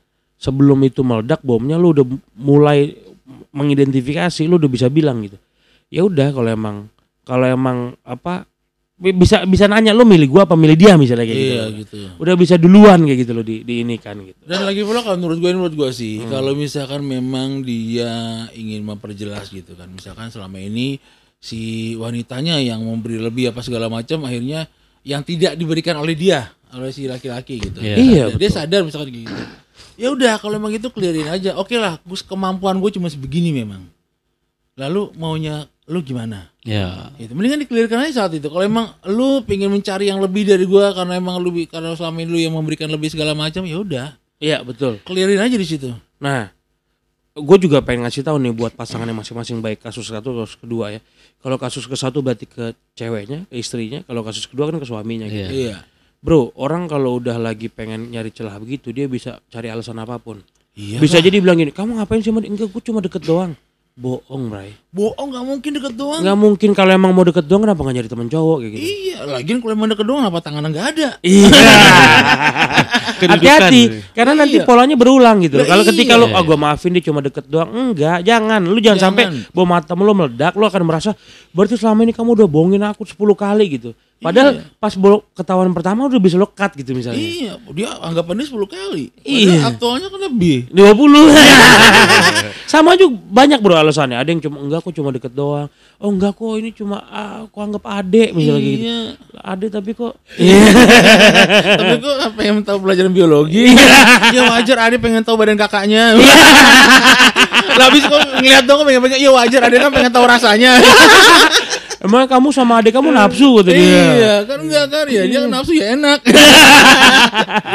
[SPEAKER 1] sebelum itu meledak bomnya lu udah mulai mengidentifikasi lu udah bisa bilang gitu. Ya udah kalau emang kalau emang apa bi- bisa bisa nanya lu milih gua apa milih dia misalnya kayak
[SPEAKER 2] iya
[SPEAKER 1] gitu.
[SPEAKER 2] gitu.
[SPEAKER 1] Udah bisa duluan kayak gitu lo di di ini kan gitu.
[SPEAKER 2] Dan lagi pula kalau menurut gue ini menurut gue sih, kalau misalkan memang dia ingin memperjelas gitu kan, misalkan selama ini si wanitanya yang memberi lebih apa segala macam akhirnya yang tidak diberikan oleh dia oleh si laki-laki gitu.
[SPEAKER 3] Iya,
[SPEAKER 1] Iya,
[SPEAKER 2] Dia- dia sadar misalkan kayak gitu. Ya udah kalau emang gitu clearin aja. Oke lah, gue- kemampuan gue cuma sebegini memang. Lalu maunya lu gimana?
[SPEAKER 3] Ya.
[SPEAKER 2] Itu mendingan dikelirkan aja saat itu. Kalau emang lu pingin mencari yang lebih dari gua karena emang lu bi- karena selama ini lu yang memberikan lebih segala macam, ya udah
[SPEAKER 1] Iya betul.
[SPEAKER 2] clearin aja di situ.
[SPEAKER 1] Nah, gue juga pengen ngasih tahu nih buat pasangannya masing-masing baik kasus satu kasus kedua ya. Kalau kasus ke satu berarti ke ceweknya, ke istrinya. Kalau kasus kedua kan ke suaminya. Gitu.
[SPEAKER 3] Iya.
[SPEAKER 2] Iya.
[SPEAKER 1] Bro, orang kalau udah lagi pengen nyari celah begitu dia bisa cari alasan apapun.
[SPEAKER 2] Iya.
[SPEAKER 1] Bisa jadi bilang gini, kamu ngapain sih? sama dia?" Enggak, gue cuma deket doang. Bohong, Bray.
[SPEAKER 2] Bohong nggak mungkin deket doang.
[SPEAKER 1] Enggak mungkin kalau emang mau deket doang kenapa nggak nyari teman cowok kayak gitu.
[SPEAKER 2] Iya, lagian kalau emang deket doang apa tangannya nggak ada?
[SPEAKER 1] <laughs> Iya.
[SPEAKER 3] Kedudukan.
[SPEAKER 1] Hati-hati, karena nanti
[SPEAKER 2] Iya.
[SPEAKER 1] polanya berulang gitu.
[SPEAKER 2] Lah
[SPEAKER 1] Kalau ketika
[SPEAKER 2] iya.
[SPEAKER 1] lu, oh gue maafin dia cuma deket doang, enggak, jangan. Lu jangan,
[SPEAKER 2] Jangan.
[SPEAKER 1] sampai bom mata lu meledak, lu akan merasa berarti selama ini kamu udah bohongin aku 10 kali gitu.
[SPEAKER 2] Iya.
[SPEAKER 1] Padahal pas bol- ketahuan pertama udah bisa lo cut gitu misalnya.
[SPEAKER 2] Iya, dia anggapannya 10 kali.
[SPEAKER 1] Iya.
[SPEAKER 2] Padahal Aktualnya kan lebih. <laughs>
[SPEAKER 1] 20 Sama juga banyak bro alasannya Ada yang cuma enggak kok cuma deket doang Oh enggak kok ini cuma ah, aku anggap adek misalnya kayak gitu
[SPEAKER 2] Iya.
[SPEAKER 1] Adek tapi kok
[SPEAKER 2] Tapi kok apa yang tahu pelajaran biologi? ya wajar Ade pengen tahu badan <laughs> kakaknya. Lah habis kok ngeliat dong kok pengen pengen. Iya wajar Ade kan pengen tahu rasanya.
[SPEAKER 1] Emang kamu sama adek kamu nafsu gitu dia
[SPEAKER 2] iya, kan enggak kan ya. Dia kan nafsu ya enak. <laughs>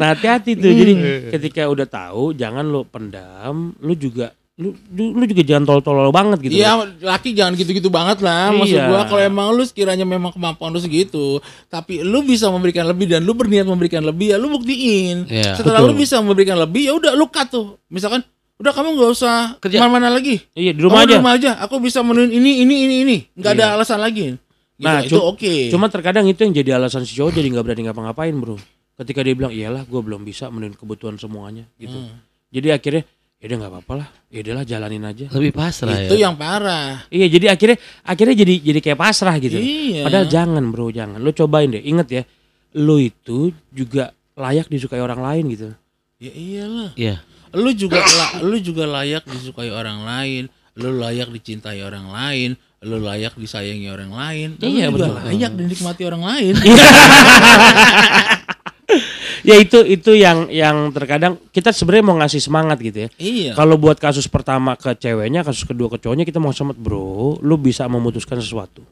[SPEAKER 1] Nah hati-hati tuh Jadi
[SPEAKER 2] Iya.
[SPEAKER 1] ketika udah tahu Jangan lo pendam Lu juga Lu, lu juga jangan tol-tol banget gitu
[SPEAKER 2] Iya, laki jangan gitu-gitu banget lah. Maksud
[SPEAKER 1] Iya.
[SPEAKER 2] gua kalau emang lu sekiranya memang kemampuan lu segitu, tapi lu bisa memberikan lebih dan lu berniat memberikan lebih, ya lu buktiin.
[SPEAKER 3] Iya.
[SPEAKER 2] Setelah lu bisa memberikan lebih, ya udah lu cut tuh. Misalkan, udah kamu nggak usah
[SPEAKER 3] Kerja.
[SPEAKER 2] kemana-mana lagi.
[SPEAKER 1] Iya, di rumah
[SPEAKER 2] Kamu
[SPEAKER 1] aja. Iya.
[SPEAKER 2] Di rumah aja. Aku bisa menuin ini, ini, ini, ini. Nggak ada alasan lagi. Gitu,
[SPEAKER 1] Nah,
[SPEAKER 2] itu
[SPEAKER 1] cu-
[SPEAKER 2] oke.
[SPEAKER 1] Cuma terkadang itu yang jadi alasan si cowok jadi nggak berani ngapa-ngapain bro. Ketika dia bilang iyalah gue belum bisa menuhin kebutuhan semuanya gitu.
[SPEAKER 2] Hmm.
[SPEAKER 1] Jadi akhirnya ya udah nggak apa-apa lah. Ya udahlah jalanin aja.
[SPEAKER 3] Lebih pasrah
[SPEAKER 2] itu
[SPEAKER 3] ya.
[SPEAKER 2] yang parah.
[SPEAKER 1] Iya jadi akhirnya akhirnya jadi jadi kayak pasrah gitu.
[SPEAKER 2] Iya.
[SPEAKER 1] Padahal jangan bro jangan. Lo cobain deh. Ingat ya. Lo itu juga layak disukai orang lain gitu.
[SPEAKER 2] Ya iyalah.
[SPEAKER 3] Iya.
[SPEAKER 2] lu juga la- lu juga layak disukai orang lain lu layak dicintai orang lain lu layak disayangi orang lain dan
[SPEAKER 1] Iya,
[SPEAKER 2] lu juga
[SPEAKER 1] betul.
[SPEAKER 2] layak dinikmati orang lain
[SPEAKER 1] Ya itu itu yang yang terkadang kita sebenarnya mau ngasih semangat gitu ya.
[SPEAKER 2] iya
[SPEAKER 1] Kalau buat kasus pertama ke ceweknya, kasus kedua ke cowoknya kita mau semat bro, lu bisa memutuskan sesuatu.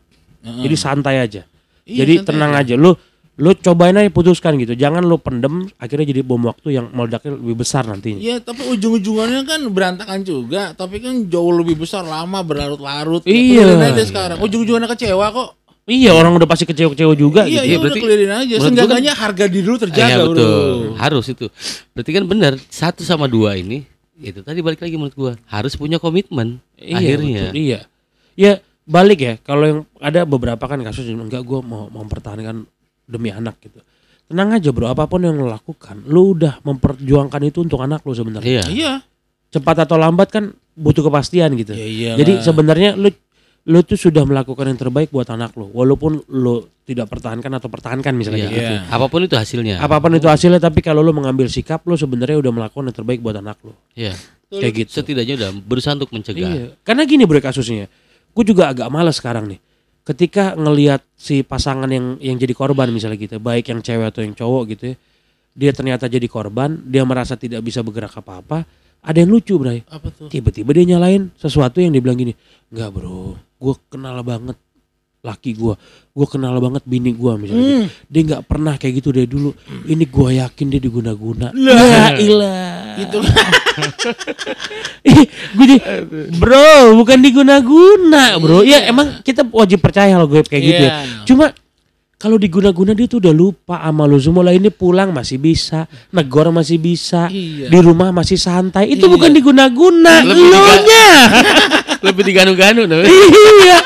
[SPEAKER 2] Heeh.
[SPEAKER 1] Jadi santai aja.
[SPEAKER 2] Iya,
[SPEAKER 1] jadi
[SPEAKER 2] santai
[SPEAKER 1] tenang aja. Lu lu cobain aja putuskan gitu. Jangan lu pendem akhirnya jadi bom waktu yang meledaknya lebih besar nantinya.
[SPEAKER 2] Iya, tapi ujung-ujungannya kan berantakan juga, tapi kan jauh lebih besar lama berlarut-larut. Ya,
[SPEAKER 1] Iya.
[SPEAKER 2] clearin aja sekarang. Ujung-ujungannya kecewa kok.
[SPEAKER 1] Iya, orang udah pasti kecewa-kecewa juga gitu.
[SPEAKER 2] iya, iya
[SPEAKER 3] ya,
[SPEAKER 2] udah
[SPEAKER 3] berarti-
[SPEAKER 2] clearin aja.
[SPEAKER 3] menurut gua
[SPEAKER 2] Seenggaknya harga diri lu terjaga,
[SPEAKER 3] Iya,
[SPEAKER 2] Bro.
[SPEAKER 3] betul. Harus itu. Berarti kan benar satu sama dua ini itu tadi balik lagi menurut gua harus punya komitmen
[SPEAKER 1] Iya,
[SPEAKER 3] akhirnya.
[SPEAKER 1] betul, iya. Ya balik ya. Kalau yang ada beberapa kan kasus yang enggak gue mau mau mempertahankan demi anak gitu. Tenang aja bro, apapun yang lo lakukan, lo udah memperjuangkan itu untuk anak lo sebenarnya.
[SPEAKER 3] Iya.
[SPEAKER 2] Iya.
[SPEAKER 1] Cepat atau lambat kan butuh kepastian gitu.
[SPEAKER 2] Ya iyalah.
[SPEAKER 1] Jadi sebenarnya lu lu tuh sudah melakukan yang terbaik buat anak lo, walaupun lo tidak pertahankan atau pertahankan misalnya
[SPEAKER 3] Iya.
[SPEAKER 1] kayak gitu.
[SPEAKER 2] Iya.
[SPEAKER 3] Apapun itu hasilnya.
[SPEAKER 1] Apapun itu hasilnya, tapi kalau lo mengambil sikap lo sebenarnya udah melakukan yang terbaik buat anak lo,
[SPEAKER 3] Iya.
[SPEAKER 1] kayak gitu.
[SPEAKER 3] Setidaknya udah berusaha untuk mencegah.
[SPEAKER 1] Iya. Karena gini bro kasusnya, gue juga agak malas sekarang nih. Ketika ngelihat si pasangan yang yang jadi korban misalnya gitu, baik yang cewek atau yang cowok gitu ya, dia ternyata jadi korban, dia merasa tidak bisa bergerak apa-apa, ada yang lucu bray.
[SPEAKER 2] Apa tuh?
[SPEAKER 1] Tiba-tiba dia nyalain sesuatu yang dia bilang gini, nggak bro, gue kenal banget laki gue, gue kenal banget bini gue misalnya. gitu. Dia nggak pernah kayak gitu dari dulu. Ini gue yakin dia diguna-guna. Ya ilah.
[SPEAKER 2] Itu <laughs>
[SPEAKER 1] gue jadi bro bukan diguna-guna bro ya emang kita wajib percaya kalau gue kayak gitu ya
[SPEAKER 2] Iya.
[SPEAKER 1] cuma kalau diguna-guna dia tuh udah lupa sama lu semua lah ini pulang masih bisa negor masih bisa
[SPEAKER 2] Iya.
[SPEAKER 1] di rumah masih santai itu bukan diguna-guna
[SPEAKER 2] <laughs>
[SPEAKER 3] Lebih diga-
[SPEAKER 1] Elunya.
[SPEAKER 3] Lebih diganu-ganu tuh.
[SPEAKER 1] iya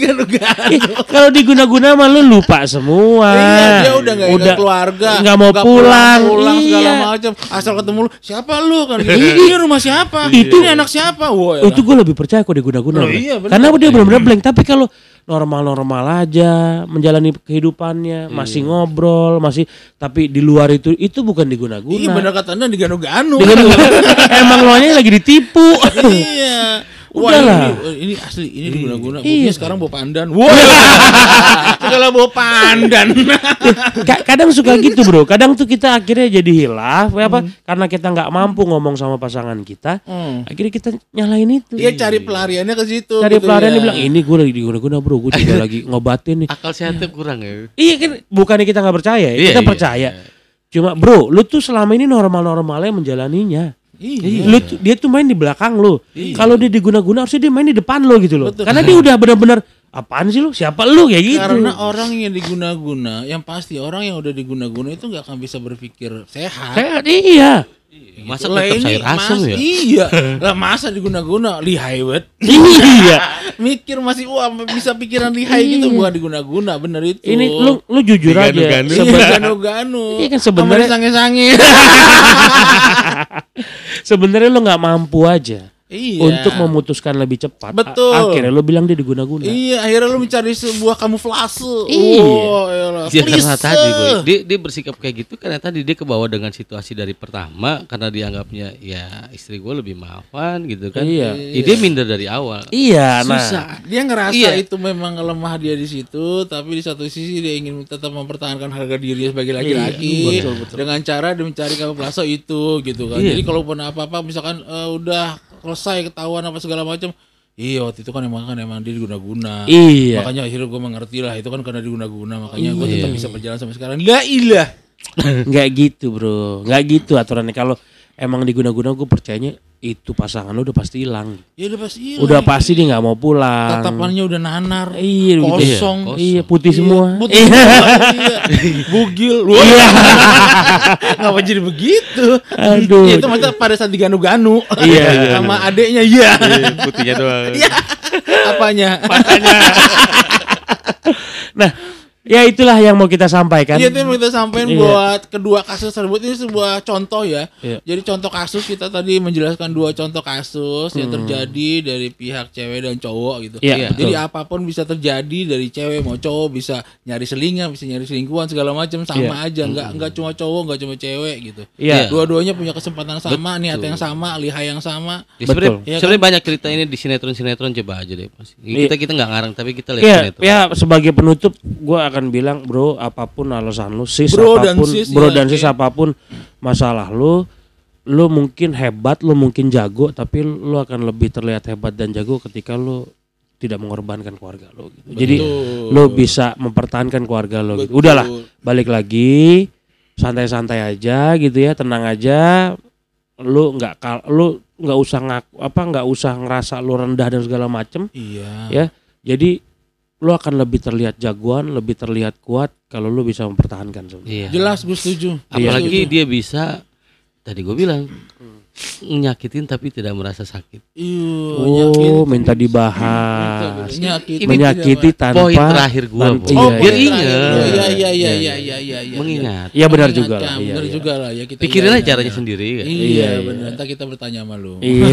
[SPEAKER 2] kan enggak.
[SPEAKER 1] Ih, Kalau diguna-guna mah lu lupa semua.
[SPEAKER 2] Iya, dia udah enggak ingat keluarga,
[SPEAKER 1] Enggak Kan. mau pulang.
[SPEAKER 2] pulang segala
[SPEAKER 1] Iya.
[SPEAKER 2] macam. Asal ketemu lu, siapa lu
[SPEAKER 1] <laughs>
[SPEAKER 2] kan? Ini rumah siapa? Itu ini anak siapa? Wah,
[SPEAKER 1] Oh,
[SPEAKER 2] ya
[SPEAKER 1] Iya. itu gue lebih percaya kok diguna-guna.
[SPEAKER 2] Oh, iya, bener.
[SPEAKER 1] Karena dia benar-benar blank. Tapi kalau normal-normal aja, menjalani
[SPEAKER 2] Iya.
[SPEAKER 1] kehidupannya, masih ngobrol, masih tapi di luar itu itu bukan diguna-guna.
[SPEAKER 2] Iya bener kata Anda diganu-ganu. <laughs>
[SPEAKER 1] Diguna-guna. Emang lo nya lagi ditipu.
[SPEAKER 2] iya. Wah
[SPEAKER 1] Udahlah.
[SPEAKER 2] ini, ini asli, ini diguna-guna.
[SPEAKER 1] Iya.
[SPEAKER 2] Bobnya sekarang bawa pandan. Wah, segala bawa pandan.
[SPEAKER 1] Ka- kadang suka gitu bro kadang tuh kita akhirnya jadi hilaf ya apa karena kita nggak mampu ngomong sama pasangan kita
[SPEAKER 2] Hmm. Iya,
[SPEAKER 1] akhirnya kita nyalain itu
[SPEAKER 2] Dia cari pelariannya ke situ.
[SPEAKER 1] Iya. cari
[SPEAKER 2] gitu
[SPEAKER 1] pelarian
[SPEAKER 2] ya.
[SPEAKER 1] dia bilang "Iya, ini gue lagi diguna-guna bro gue
[SPEAKER 2] <laughs>
[SPEAKER 1] juga lagi ngobatin nih
[SPEAKER 3] Akal sehatnya kurang ya.
[SPEAKER 1] iya kan bukannya kita nggak percaya ya,
[SPEAKER 3] Iya,
[SPEAKER 1] kita
[SPEAKER 3] iya.
[SPEAKER 1] percaya cuma bro lu tuh selama ini normal-normalnya menjalaninya
[SPEAKER 2] Iya.
[SPEAKER 1] Lu tuh- dia tuh main di belakang lo. Kalau dia diguna-guna harusnya dia main di depan lo gitu loh.
[SPEAKER 2] Betul.
[SPEAKER 1] Karena dia udah benar-benar apaan sih lu? Siapa lu kayak gitu?
[SPEAKER 2] Karena orang yang diguna-guna, yang pasti orang yang udah diguna-guna itu nggak akan bisa berpikir sehat. Gitu
[SPEAKER 1] Kayak- iya.
[SPEAKER 3] Masa
[SPEAKER 2] Lah
[SPEAKER 3] tetap
[SPEAKER 2] ini
[SPEAKER 3] sayur asem
[SPEAKER 2] mas-
[SPEAKER 3] ya?
[SPEAKER 1] <laughs>
[SPEAKER 2] Iya. Lah masa diguna-guna lihai wet.
[SPEAKER 1] iya.
[SPEAKER 2] Mikir masih wah bisa pikiran lihai gitu bukan diguna-guna bener itu.
[SPEAKER 1] Ini lu lu jujur aja.
[SPEAKER 6] Diganu-ganu.
[SPEAKER 1] Seben-
[SPEAKER 2] <laughs> diganu-ganu.
[SPEAKER 1] Iya kan sebenarnya- <laughs>
[SPEAKER 2] Sama sange-sange.
[SPEAKER 1] Sebenarnya lu nggak mampu aja
[SPEAKER 2] iya.
[SPEAKER 1] untuk memutuskan lebih cepat. A-
[SPEAKER 2] Betul.
[SPEAKER 1] akhirnya lu bilang dia diguna-guna.
[SPEAKER 2] Iya, akhirnya lu mencari sebuah kamuflase.
[SPEAKER 1] Iya.
[SPEAKER 2] Oh, iyalah.
[SPEAKER 3] Ya, karena
[SPEAKER 2] Please,
[SPEAKER 3] tadi
[SPEAKER 2] eh.
[SPEAKER 3] Boy. dia, dia bersikap kayak gitu karena tadi dia kebawa dengan situasi dari pertama karena dianggapnya ya istri gue lebih maafan gitu kan.
[SPEAKER 1] Iya.
[SPEAKER 3] Ya, dia minder dari awal.
[SPEAKER 1] Iya, nah.
[SPEAKER 3] Susah.
[SPEAKER 2] Dia ngerasa
[SPEAKER 3] Iya.
[SPEAKER 2] itu memang lemah dia di situ, tapi di satu sisi dia ingin tetap mempertahankan harga dirinya
[SPEAKER 1] Iya,
[SPEAKER 2] sebagai laki-laki dengan cara dia mencari kamuflase itu gitu kan.
[SPEAKER 1] Iya.
[SPEAKER 2] Jadi kalau pun apa-apa misalkan eh, udah selesai ketahuan apa segala macam Iya waktu itu kan emang kan emang dia diguna-guna
[SPEAKER 1] Iya.
[SPEAKER 2] Makanya akhirnya gue mengerti lah itu kan karena diguna-guna Makanya gue tetap bisa berjalan sampai sekarang La ilah
[SPEAKER 1] Nggak gitu, Bro. Nggak gitu aturannya. Kalau emang diguna-guna gue percayanya itu pasangan lu udah pasti hilang.
[SPEAKER 2] Ya udah pasti ilah
[SPEAKER 1] Udah pasti dia nggak mau pulang.
[SPEAKER 2] Tatapannya udah nanar
[SPEAKER 1] Iya, gitu.
[SPEAKER 2] Kosong.
[SPEAKER 1] Iya, putih semua.
[SPEAKER 2] Putih
[SPEAKER 1] Iya. <laughs>
[SPEAKER 2] semua, iya. Bugil Wah.
[SPEAKER 1] Iya.
[SPEAKER 2] Ngapa jadi begitu?
[SPEAKER 1] Aduh.
[SPEAKER 2] Ya, itu maksudnya pada saat diganu-ganu
[SPEAKER 1] Iya.
[SPEAKER 2] sama adeknya iya.
[SPEAKER 6] Putihnya doang.
[SPEAKER 2] Apanya?
[SPEAKER 1] Nah, ya itulah yang mau kita sampaikan.
[SPEAKER 2] Iya itu yang kita sampaikan
[SPEAKER 1] Iya.
[SPEAKER 2] buat kedua kasus tersebut ini sebuah contoh ya.
[SPEAKER 1] Iya.
[SPEAKER 2] Jadi contoh kasus kita tadi menjelaskan dua contoh kasus yang terjadi dari pihak cewek dan cowok gitu.
[SPEAKER 1] Hmm. Iya,
[SPEAKER 2] Jadi
[SPEAKER 1] betul.
[SPEAKER 2] apapun bisa terjadi dari cewek mau cowok bisa nyari selingan, bisa nyari selingkuhan segala macam sama aja. Enggak enggak cuma cowok, enggak cuma cewek gitu.
[SPEAKER 1] Hmm. Iya.
[SPEAKER 2] Dua-duanya punya kesempatan sama, niat yang sama, lihai yang sama.
[SPEAKER 3] Ya, sebenarnya
[SPEAKER 1] Betul.
[SPEAKER 2] Iya kan? Iya.
[SPEAKER 3] sebenarnya banyak cerita ini di sinetron-sinetron coba aja deh. Mas. Kita kita nggak ngarang tapi kita lihat
[SPEAKER 1] Iya,
[SPEAKER 3] sinetron.
[SPEAKER 1] ya sebagai penutup gua akan bilang bro apapun alasan lu sis
[SPEAKER 2] Bro dan
[SPEAKER 1] apapun
[SPEAKER 2] sis,
[SPEAKER 1] bro
[SPEAKER 2] iya,
[SPEAKER 1] dan
[SPEAKER 2] oke.
[SPEAKER 1] sis apapun masalah lu lu mungkin hebat lu mungkin jago tapi lu akan lebih terlihat hebat dan jago ketika lu tidak mengorbankan keluarga lu gitu. jadi lu bisa mempertahankan keluarga lu gitu. udahlah balik lagi santai-santai aja gitu ya tenang aja lu nggak kal- lu nggak usah ngaku apa nggak usah ngerasa lu rendah dan segala macem
[SPEAKER 2] Iya.
[SPEAKER 1] ya jadi lo akan lebih terlihat jagoan lebih terlihat kuat kalau lo bisa mempertahankan sebenarnya
[SPEAKER 3] Iya.
[SPEAKER 2] Jelas Iya, gitu. gue setuju.
[SPEAKER 3] Apalagi dia bisa tadi gue bilang nyakitin tapi tidak merasa sakit.
[SPEAKER 2] Iya,
[SPEAKER 1] oh minta dibahas
[SPEAKER 2] Nyakit.
[SPEAKER 1] menyakiti tanpa
[SPEAKER 3] Poin terakhir gue.
[SPEAKER 1] tanpa-
[SPEAKER 3] Boy.
[SPEAKER 1] iya,
[SPEAKER 2] Oh,
[SPEAKER 1] iya,
[SPEAKER 3] Biar
[SPEAKER 2] biar
[SPEAKER 3] ingat.
[SPEAKER 2] Iya iya iya iya iya iya. iya.
[SPEAKER 3] Mengingat.
[SPEAKER 1] Iya benar
[SPEAKER 2] Mengingatkan,
[SPEAKER 1] juga lah iya,
[SPEAKER 2] Benar
[SPEAKER 1] iya.
[SPEAKER 2] juga lah ya kita.
[SPEAKER 3] Pikirin
[SPEAKER 2] iya,
[SPEAKER 3] aja caranya
[SPEAKER 2] iya.
[SPEAKER 3] sendiri. kan?
[SPEAKER 2] Iya, benar. Entar kita bertanya sama lu.
[SPEAKER 1] Iya.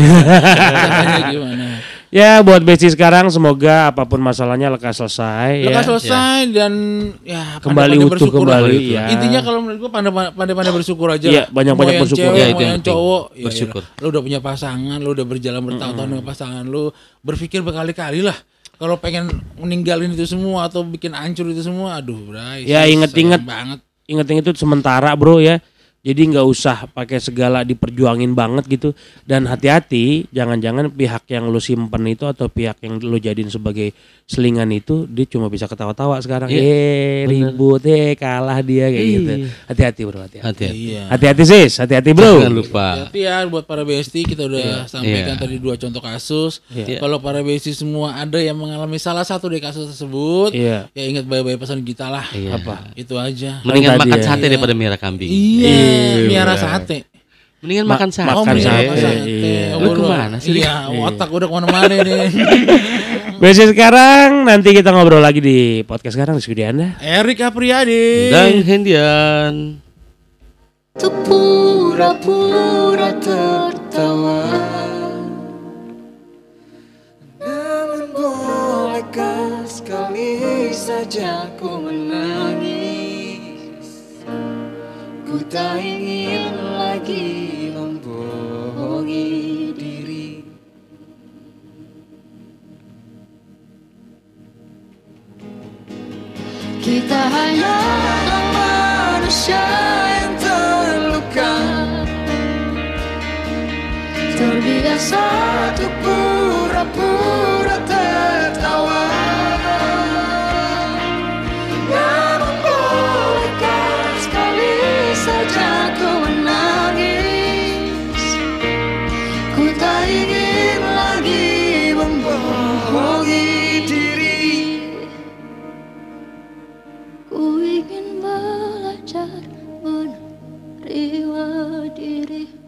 [SPEAKER 1] <laughs>
[SPEAKER 2] Caranya gimana?
[SPEAKER 1] ya buat Besti sekarang semoga apapun masalahnya lekas selesai ya.
[SPEAKER 2] Lekas selesai dan ya
[SPEAKER 1] Kembali
[SPEAKER 2] pandai-pandai
[SPEAKER 1] utuh,
[SPEAKER 2] bersyukur
[SPEAKER 1] kembali,
[SPEAKER 2] lah.
[SPEAKER 1] ya.
[SPEAKER 2] Intinya kalau menurut gua pandai- pandai-pandai bersyukur aja.
[SPEAKER 1] Iya,
[SPEAKER 2] lah.
[SPEAKER 1] banyak-banyak
[SPEAKER 2] Mau yang
[SPEAKER 1] bersyukur.
[SPEAKER 2] Cewek,
[SPEAKER 1] Iya,
[SPEAKER 2] ya,
[SPEAKER 1] itu
[SPEAKER 2] itu
[SPEAKER 3] yang
[SPEAKER 2] yang
[SPEAKER 3] penting.
[SPEAKER 2] cowok ya iyalah.
[SPEAKER 3] Bersyukur.
[SPEAKER 2] Lu udah punya pasangan, lu udah berjalan bertahun-tahun dengan pasangan lu, berpikir berkali-kali lah. Kalau pengen meninggalin itu semua atau bikin hancur itu semua, aduh, bray.
[SPEAKER 1] Ya,
[SPEAKER 2] sayang
[SPEAKER 1] inget-inget.
[SPEAKER 2] banget.
[SPEAKER 1] ingetin itu sementara bro ya jadi nggak usah pakai segala diperjuangin banget gitu dan hati-hati jangan-jangan pihak yang lu simpen itu atau pihak yang lu jadiin sebagai selingan itu dia cuma bisa ketawa-tawa sekarang
[SPEAKER 3] Iya,
[SPEAKER 1] eh ribut eh kalah dia kayak gitu hati-hati bro hati-hati
[SPEAKER 3] Hati-hati.
[SPEAKER 2] Iya.
[SPEAKER 1] hati-hati sis hati-hati bro
[SPEAKER 3] Jangan lupa.
[SPEAKER 2] Tapi ya buat para BST kita udah sampaikan
[SPEAKER 3] Iya.
[SPEAKER 2] tadi dua contoh kasus. Iya. Kalau para BST semua ada yang mengalami salah satu dari kasus tersebut,
[SPEAKER 1] Iya.
[SPEAKER 2] ya ingat baik-baik pesan kita lah.
[SPEAKER 3] Iya.
[SPEAKER 2] Apa? Itu aja.
[SPEAKER 3] Mendingan
[SPEAKER 1] Tadi
[SPEAKER 3] makan
[SPEAKER 1] ya.
[SPEAKER 3] sate daripada merah kambing.
[SPEAKER 2] Iya, miara sate.
[SPEAKER 3] Mendingan
[SPEAKER 1] Ma-
[SPEAKER 3] makan sate.
[SPEAKER 1] makan
[SPEAKER 2] miara
[SPEAKER 1] sate.
[SPEAKER 2] sate.
[SPEAKER 1] iya.
[SPEAKER 2] Oh,
[SPEAKER 3] Lu
[SPEAKER 2] gua-
[SPEAKER 3] kemana sih, <laughs>
[SPEAKER 2] Iya, otak gua udah kemana-mana nih.
[SPEAKER 1] Besok sekarang nanti kita ngobrol lagi di podcast sekarang di studio Anda.
[SPEAKER 2] Erik Apriyadi.
[SPEAKER 3] Dan Hendian.
[SPEAKER 4] Untuk pura-pura tertawa
[SPEAKER 5] Namun bolehkah sekali saja ku menangis Ku tak ingin lagi membohongi diri
[SPEAKER 4] Kita hanya manusia yang terluka Terbiasa untuk pura-pura tertawa Namun bolehkah sekali saja ku menangis Ku tak ingin lagi membohongi diri Ku ingin belajar menerima diri